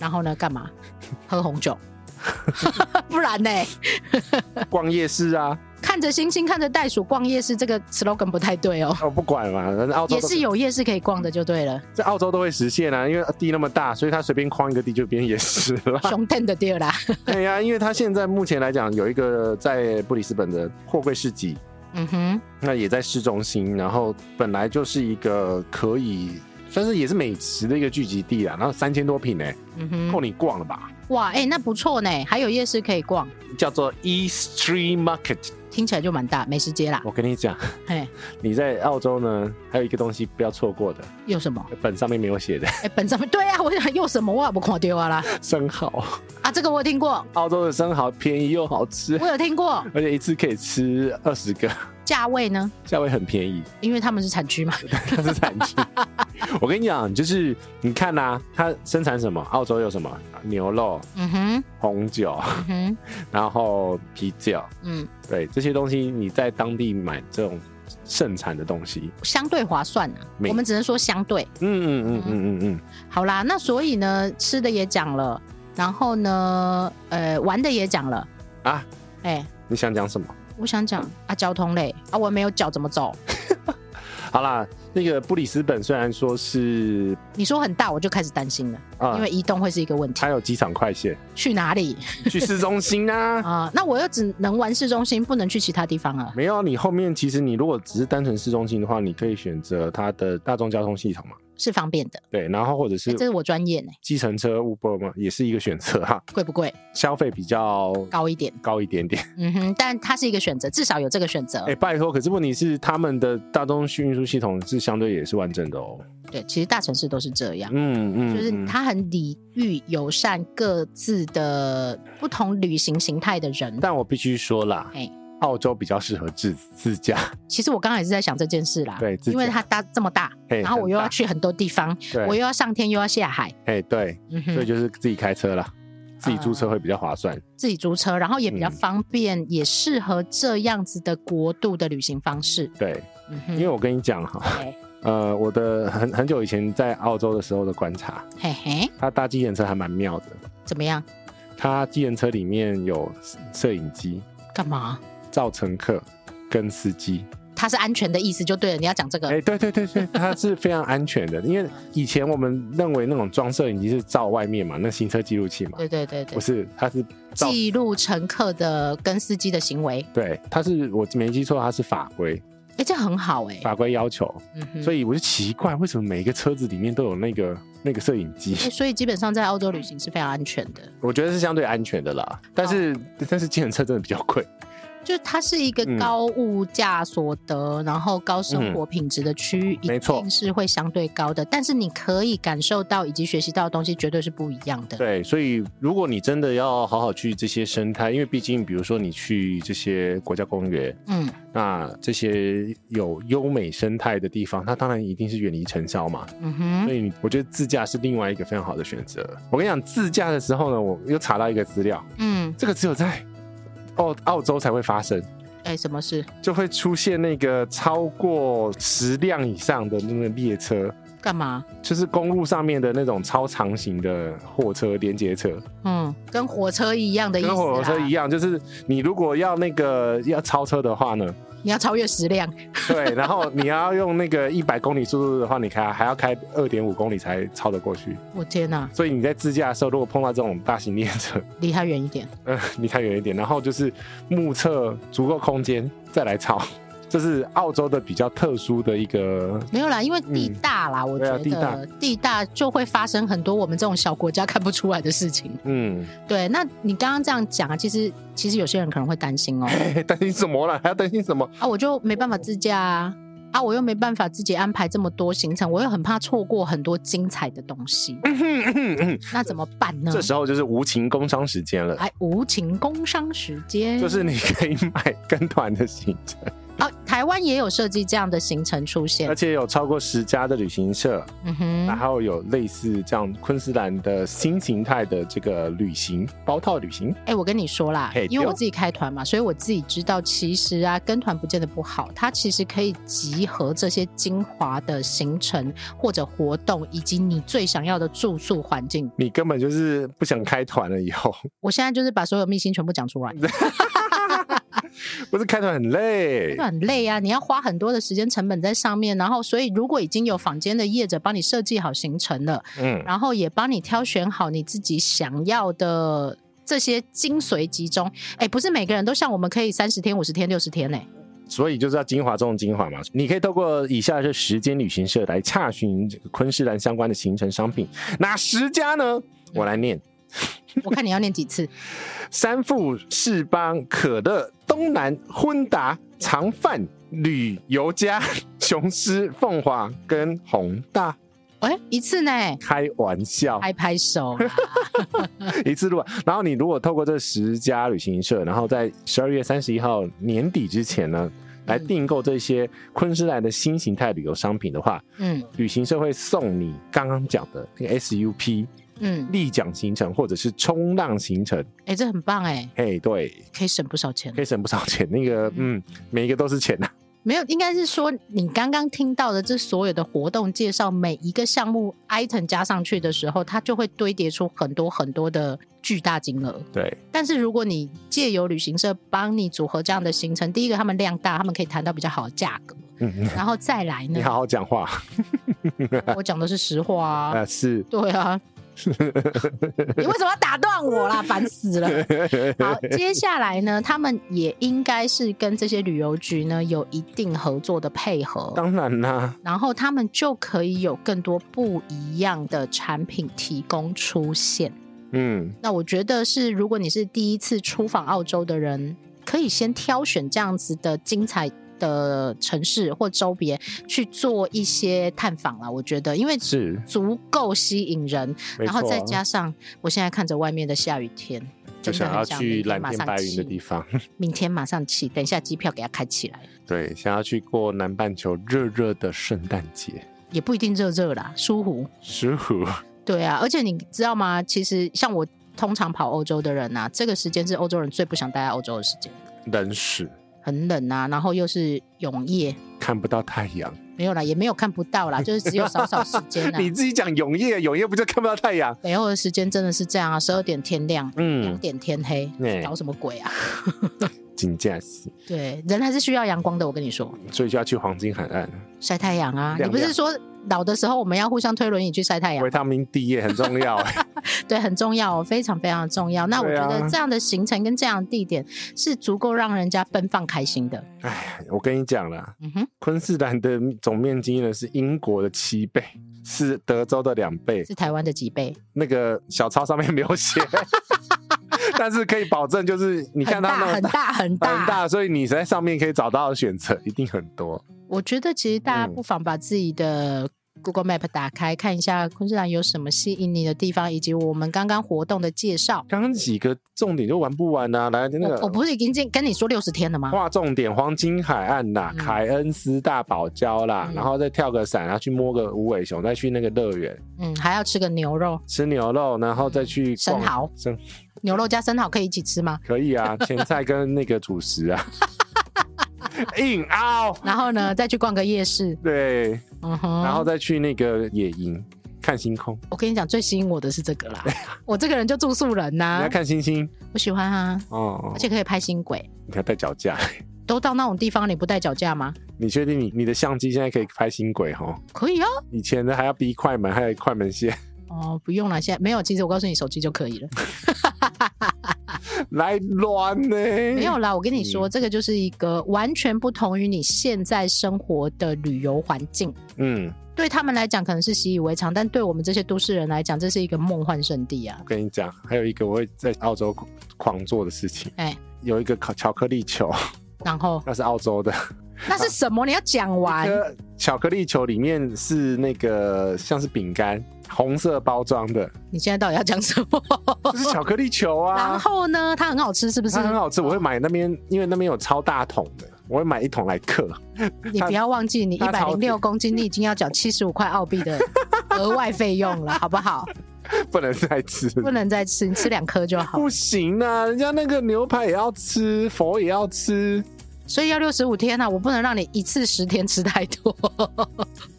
然后呢干嘛？喝红酒， 不然呢？逛夜市啊，看着星星，看着袋鼠逛夜市，这个 slogan 不太对哦。我不管嘛，反正澳洲也都是有夜市可以逛的，就对 了。在澳洲都会实现啊，因为地那么大，所以它随便框一个地就变夜市 了。熊店的店啦，对呀、因为它现在目前来讲有一个在布里斯本的货柜市集，嗯哼，那也在市中心，然后本来就是一个可以算是也是美食的一个聚集地啊，然后三千多平哎、嗯够哼，你逛了吧？哇，哎、那不错呢，还有夜市可以逛，叫做 E Street Market，听起来就蛮大，美食街啦。我跟你讲， 嘿，你在澳洲呢，还有一个东西不要错过的，有什么？本上面没有写的 哎、本上面对啊，我想有什么我也不看丢啊 啦。生蚝，啊，这个我有听过，澳洲的生蚝便宜又好吃， 我有听过，而且一次可以吃二十个，价位呢？价位很便宜。 因为他们是产区嘛。它是产区。我跟你讲，就是你看呐、它生产什么？澳洲有什么？牛肉、嗯哼，红酒， 嗯哼，然后啤酒，嗯，对这些东西，你在当地买这种盛产的东西，相对划算啊。没我们只能说相对。嗯嗯嗯嗯嗯嗯，好啦，那所以呢，吃的也讲了，然后呢，呃，玩的也讲了啊。哎、你想讲什么？我想讲啊，交通类啊，我没有脚怎么走？好啦，那个布里斯本虽然说是你说很大，我就开始担心了，啊，因为移动会是一个问题。它有机场快 线，去哪里去市中心啊。啊、那我又只能玩市中心，不能去其他地方啊。没有，你后面其实你如果只是单纯市中心的话，你可以选择它的大众交通系统嘛，是方便的，对，然后或者哎是这是我专业呢，计程车 Uber 嘛，也是一个选择哈、贵不贵？消费比较高一点，高一点点。嗯哼，但它是一个选择，至少有这个选择。哎、拜托，可是问题是他们的大众运输系统是相对也是完整的哦。对，其实大城市都是这样。嗯嗯，就是嗯它很礼遇友善各自的不同旅行形态的人，但我必须说啦，哎，澳洲比较适合自自驾，其实我刚才也是在想这件事啦，对自因为驾它大这么大，哎然后我很又要大去很多地方，对，我又要上天又要下海，哎、对，嗯啊所以哼，就是自己开车啦，自己租车会比较划算。自己租车，然后也比较嗯方便，也适合这样子的国度的旅行方式。对，嗯因为哼，我跟你讲哈，对呃，我的很很久以前在澳洲的时候的观察，嘿嘿，他搭机程车还蛮妙的。怎么样？他机程车里面有摄影机、干嘛？照乘客跟司机，它是安全的意思就对了，你要讲这个哎、，对对对对，它是非常安全的，因为以前我们认为那种装摄影机是照外面嘛，那行车记录器嘛，对对对不对，是，它是照嗯记录乘客的跟司机的行为，对，它是我没记错，它是法规，哎，这很好哎，法规要求，嗯哼，所以以我就奇怪为什么每一个车子里面都有那个 那个摄影机，哎所以基本上在澳洲旅行是非常安全的， 我觉得是相对安全的啦，但是、但是计程车真的比较贵，就是它是一个嗯高物价所得，然后高生活品质的区域，嗯没一错定是会相对高的。但是你可以感受到以及学习到的东西，绝对是不一样的。对，所以如果你真的要好好去这些生态，因为毕竟比如说你去这些国家公园，嗯，那这些有优美生态的地方，它当然一定是远离尘嚣嘛。嗯哼，所以我觉得自驾是另外一个非常好的选择。我跟你讲，自驾的时候呢，我又查到一个资料，嗯，这个只有在澳澳洲才会发生，哎、什么事？就会出现那个超过十辆以上的那个列车，干嘛？就是公路上面的那种超长型的货车连接车，嗯，跟火车一样的意思啊跟啦。火车一样，就是你如果要那个要超车的话 呢，你要超越食量，对，然后你要用那个一百公里速度的话，你开还要开二点五公里才超得过去。我天哪、所以你在自驾的时候，如果碰到这种大型列车， 离他远一点。呃，离它远一点，然后就是目测足够空间再来超，这是澳洲的比较特殊的一个。没有啦，因为地大啦，我觉对啊得地大地大就会发生很多我们这种小国家看不出来的事情。嗯，对，那你刚刚这样讲啊，其实 其实有些人可能会担心哦、哎担心什么啦？还要担心什么？啊，我就没办法自驾啊。啊啊，我又没办法自己安排这么多行程，我又很怕错过很多精彩的东西，那怎么办呢？这时候就是无情工商时间了，哎，无情工商时间，就是你可以买跟团的行 程，啊，台湾也有设计这样的行程出现而，且有超过十家的旅行社，嗯然哼，后有类似这样昆士兰的新形态的这个旅行包套旅行，哎，我跟你说啦嘿，因为对哦我自己开团嘛，所以我自己知道，其实啊，跟团不见得不好，它其实可以集合这些精华的行程或者活动，以及你最想要的住宿环境。你根本就是不想开团了以后，我现在就是把所有秘辛全部讲出来，不是开团很累真的，很累啊！你要花很多的时间成本在上面，然后所以如果已经有坊间的业者帮你设计好行程了，嗯，然后也帮你挑选好你自己想要的这些精髓集中，哎，不是每个人都像我们可以三十天、五十天、六十天呢、所以就是要精华中的精华嘛。你可以透过以下这十间旅行社来查询这个昆士兰相关的行程商品，哪十家呢？我来念：我看你要念几次，三富、士邦、可乐、东南、婚达、长饭、旅游家、 雄狮、凤凰跟宏大。哎，一次呢，开玩笑，拍拍手啊啦。一次录完。然后你如果透过这十家旅行社，然后在十二月三十一号年底之前呢，来订购这些昆士兰的新形态旅游商品的话，嗯旅行社会送你刚刚讲的那个 SUP 嗯，立桨行程或者是冲浪行程。哎，这很棒哎，嘿，对，可以省不少钱可。以省不少钱。那个，嗯，每一个都是钱啊呐、没有，应该是说你刚刚听到的这所有的活动介绍，每一个项目 item 加上去的时候，它就会堆叠出很多很多的巨大金额。对，但是如果你借由旅行社帮你组合这样的行程，第一个他们量大，他们可以谈到比较好的价 格，嗯，然后再来你呢好，好讲话。我讲的是实话啊，呃， 是，对 啊，你为什么要打断我啦？烦死 了！好，接下来呢，他们也应该是跟这些旅游局呢有一定合作的配合。当然啦，然后他们就可以有更多不一样的产品提供出现。嗯，那我觉得是，如果你是第一次出访澳洲的人，可以先挑选这样子的精彩的城市或周边去做一些探访啦。我觉得，因为是，足够吸引人，没然后错再加上我现在看着外面的下雨天，就真的想很要想去明天蓝马天上白云的起地方。 明天马上起，等一下机票给它开起来，对，想要去过南半球热热的圣诞节，也不一定热热啦，舒服。舒 服。对啊，而且你知道吗？其实像我通常跑欧洲的人啊，这个时间是欧洲人最不想待在欧洲的时间，冷死，很冷啊，然后又是永夜。看不到太阳。没有啦，也没有看不 到啦，就是只有少少时间啦。你自己讲永夜，永夜不就看不到太阳？北欧的时间真的是这样啊，十二点天亮，两嗯，点天黑，哎搞什么鬼啊？金价死，对，人还是需要阳光的。我跟你说，所以就要去黄金海岸，晒太阳啊！亮你不是说老的时候我们要互相推轮椅去晒太阳维？他命 D 也很重 要、哎对，很重要哦，非常非常重要。那我对啊觉得这样的行程跟这样的地点是足够让人家奔放开心的。哎，我跟你讲啦，嗯哼，昆士兰的总面积呢是英国的七倍，是德州的两倍。是台湾的几倍？那个小抄上面没有 写，但是可以保证，就是你看很它大那么很大很大很大，所以你在上面可以找到的选择一定很多。我觉得其实大家嗯不妨把自己的 Google Map 打开，看一下昆士兰有什么吸引你的地方，以及我们刚刚活动的介绍。刚刚几个重点就玩不完呐、来那我我个不是已经跟跟你说六十天了吗？划重点，黄金海岸啦，嗯凯恩斯大堡礁啦，嗯然后再跳个伞，然后去摸个无尾熊，再去那个乐园嗯，还要吃个牛肉，吃牛肉，然后再去生逛蚝，生牛肉加生蚝可以一起吃吗？可以啊，前菜跟那个主食 啊，硬凹然后呢，再去逛个夜市，对，嗯哼。然后再去那个野营看星空，我跟你讲，最吸引我的是这个啦，我这个人就住宿人你呐、要看星星我喜欢啊，哦而，且可以拍新轨。你还带脚架， 都到那种地方，你不带脚架吗？你确定你你的相机现在可以拍新轨哦？可以啊，以前的还要逼快门，还有快门线。 哦，不用了，现在没有。其实我告诉你，手机就可以了。来乱呢、没有啦，我跟你说，这个就是一个完全不同于你现在生活的旅游环境。嗯，对他们来讲可能是习以为常，但对我们这些都市人来讲，这是一个梦幻圣地啊我！跟你讲，还有一个我会在澳洲狂做的事情，哎，有一个巧巧克力球， 然后那是澳洲的，那是什么？你要讲完。呃，巧克力球里面是那个像是饼干，红色包装的，你现在到底要讲什 么？就是巧克力球哦然啊。后呢？它很好吃，是不是它？很好吃，我会买那边，因为那边有超大桶的，我会买一桶来克。你不要忘记，你一它百超甜零六公斤，你已经要缴七十五块澳 币的额外费用了，好不好？ 不能再吃，不能再吃，你吃两颗就 好。不行啊！人家那个牛排也要吃，佛也要吃。所以要六十五天啊，我不能让你一次十天吃太多，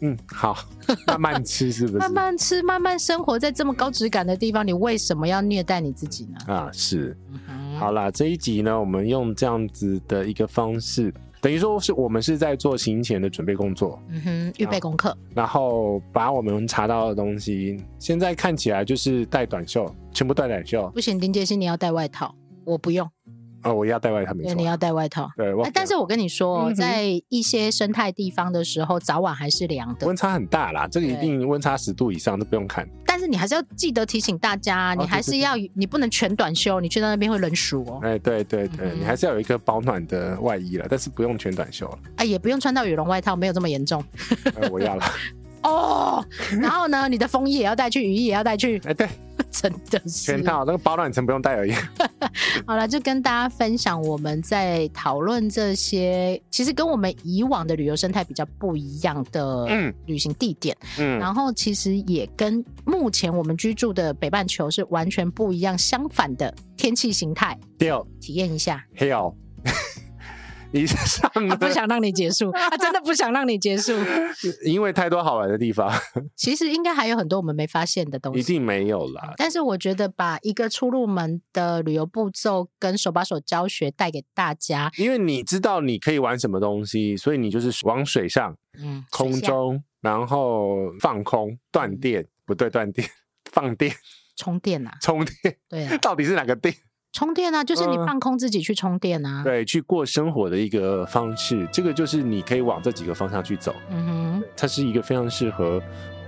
嗯，好， 慢慢吃是不是？慢慢吃，慢慢生活在这么高质感的地方，你为什么要虐待你自己呢？啊，是。嗯好啦，这一集呢，我们用这样子的一个方式，等于说是我们是在做行前的准备工作，嗯哼，预备功课，然后把我们查到的东西，现在看起来就是带短袖，全部带短袖啊、不行，林杰心你要带外套，我不用，我也要带外套，没错对，你。要带外套。对，我哎但是我跟你说嗯哦，哼在一些生态地方的时候，早晚还是凉的温。差很大啦，这个一对定温差十度以上都不用看。但是你还是要记得提醒大家，哦对你还是要你不能全短袖，你去到那边会冷暑哦。哎，对对对，嗯哼你还是要有一个保暖的外衣了，但是不用全短袖 了。哎，也不用穿到羽绒外套，没有这么严重哎我要了， 哦。然后呢，你的风衣也要带去，雨衣也要带去，哎，对，真的是全套，那个保暖层不用带而已。好了，就跟大家分享我们在讨论这些，其实跟我们以往的旅游生态比较不一样的嗯旅行地点， 嗯，然后其实也跟目前我们居住的北半球是完全不一样、相反的天气形态，六体验一下。 hill 以上啊、呢不，想让你 结束，啊，真的不想让你结束。因为太多好玩的地 方，其实应该还有很多我们没发现的东一西。定没有啦。但是我觉得把一个出入门的旅游步骤跟手把手教学带给大家，因为你知道你可以玩什么东西，所以你就是往水上、嗯，空水下嗯中，然后放空、断电，不对，断电、 放电、充电啊，充电， 对啊，到底是哪个电？充电啊，就是你嗯放空自己去充电啊。，对，去过生活的一个方式，这个就是你可以往这几个方向去走。嗯它是一个非常适合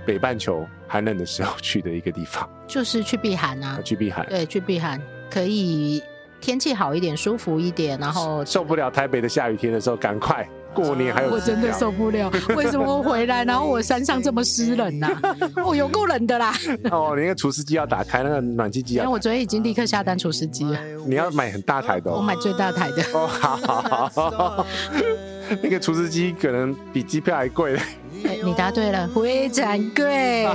北半球寒冷的时候去的一个地方，哼，就是去避寒啊，去避寒。对，去避寒可以天气好一点，舒服一点，然后受不了台北的下雨天的时候，赶快过年还有我机真的票受不了，为什么我回来，然后我山上这么湿冷呐、哦，有够冷的 啦！哦，你那个除湿机要打开，那个暖气机因为要我昨天已经立刻下单除湿机了，你要买很大台的、我哦。买最大台 的。哦，好好好， 那个除湿机可能比机票还贵，哎你答对了，非常 贵。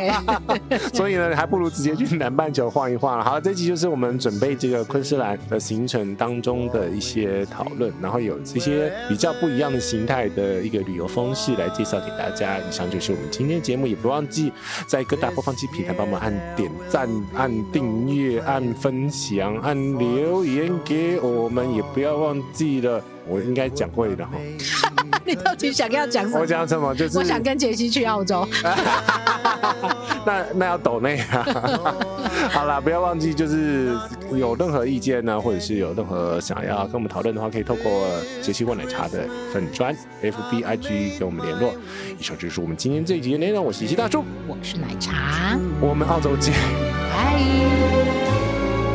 所以呢，还不如直接去南半球晃一晃了。 好，这集就是我们准备这个昆士兰的行程当中的一些讨论，然后有这些比较不一样的形态的一个旅游方式来介绍给大家。以上就是我们今天的节目，也不忘记在各大播放器平台帮我们按点赞、按订阅、按分享、按留言给我们，也不要忘记了，我应该讲会的哈。你到底想要讲什我么？讲什么就是我想跟杰西去澳洲。那那要抖内啊！好啦，不要忘记，就是有任何意见呢，或者是有任何想要跟我们讨论的话，可以透过杰西问奶茶的粉砖 FB IG 跟我们联络。以上就是我们今天这一集的内容，我是杰西大叔，我是奶茶，我们澳洲见。拜。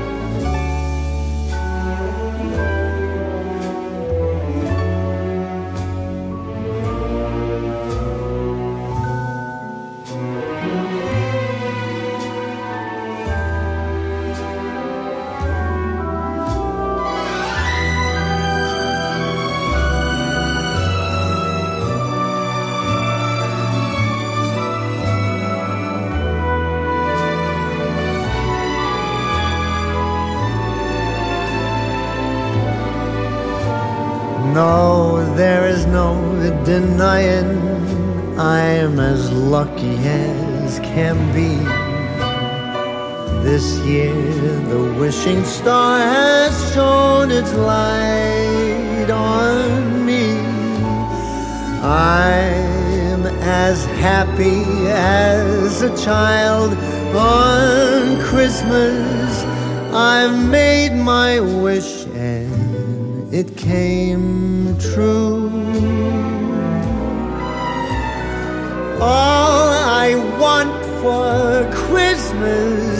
No, there is no denying I'm as lucky as can be. This year the wishing star has shone its light on me. I'm as happy as a child on Christmas. I've made my wish and it came true. All I want for Christmas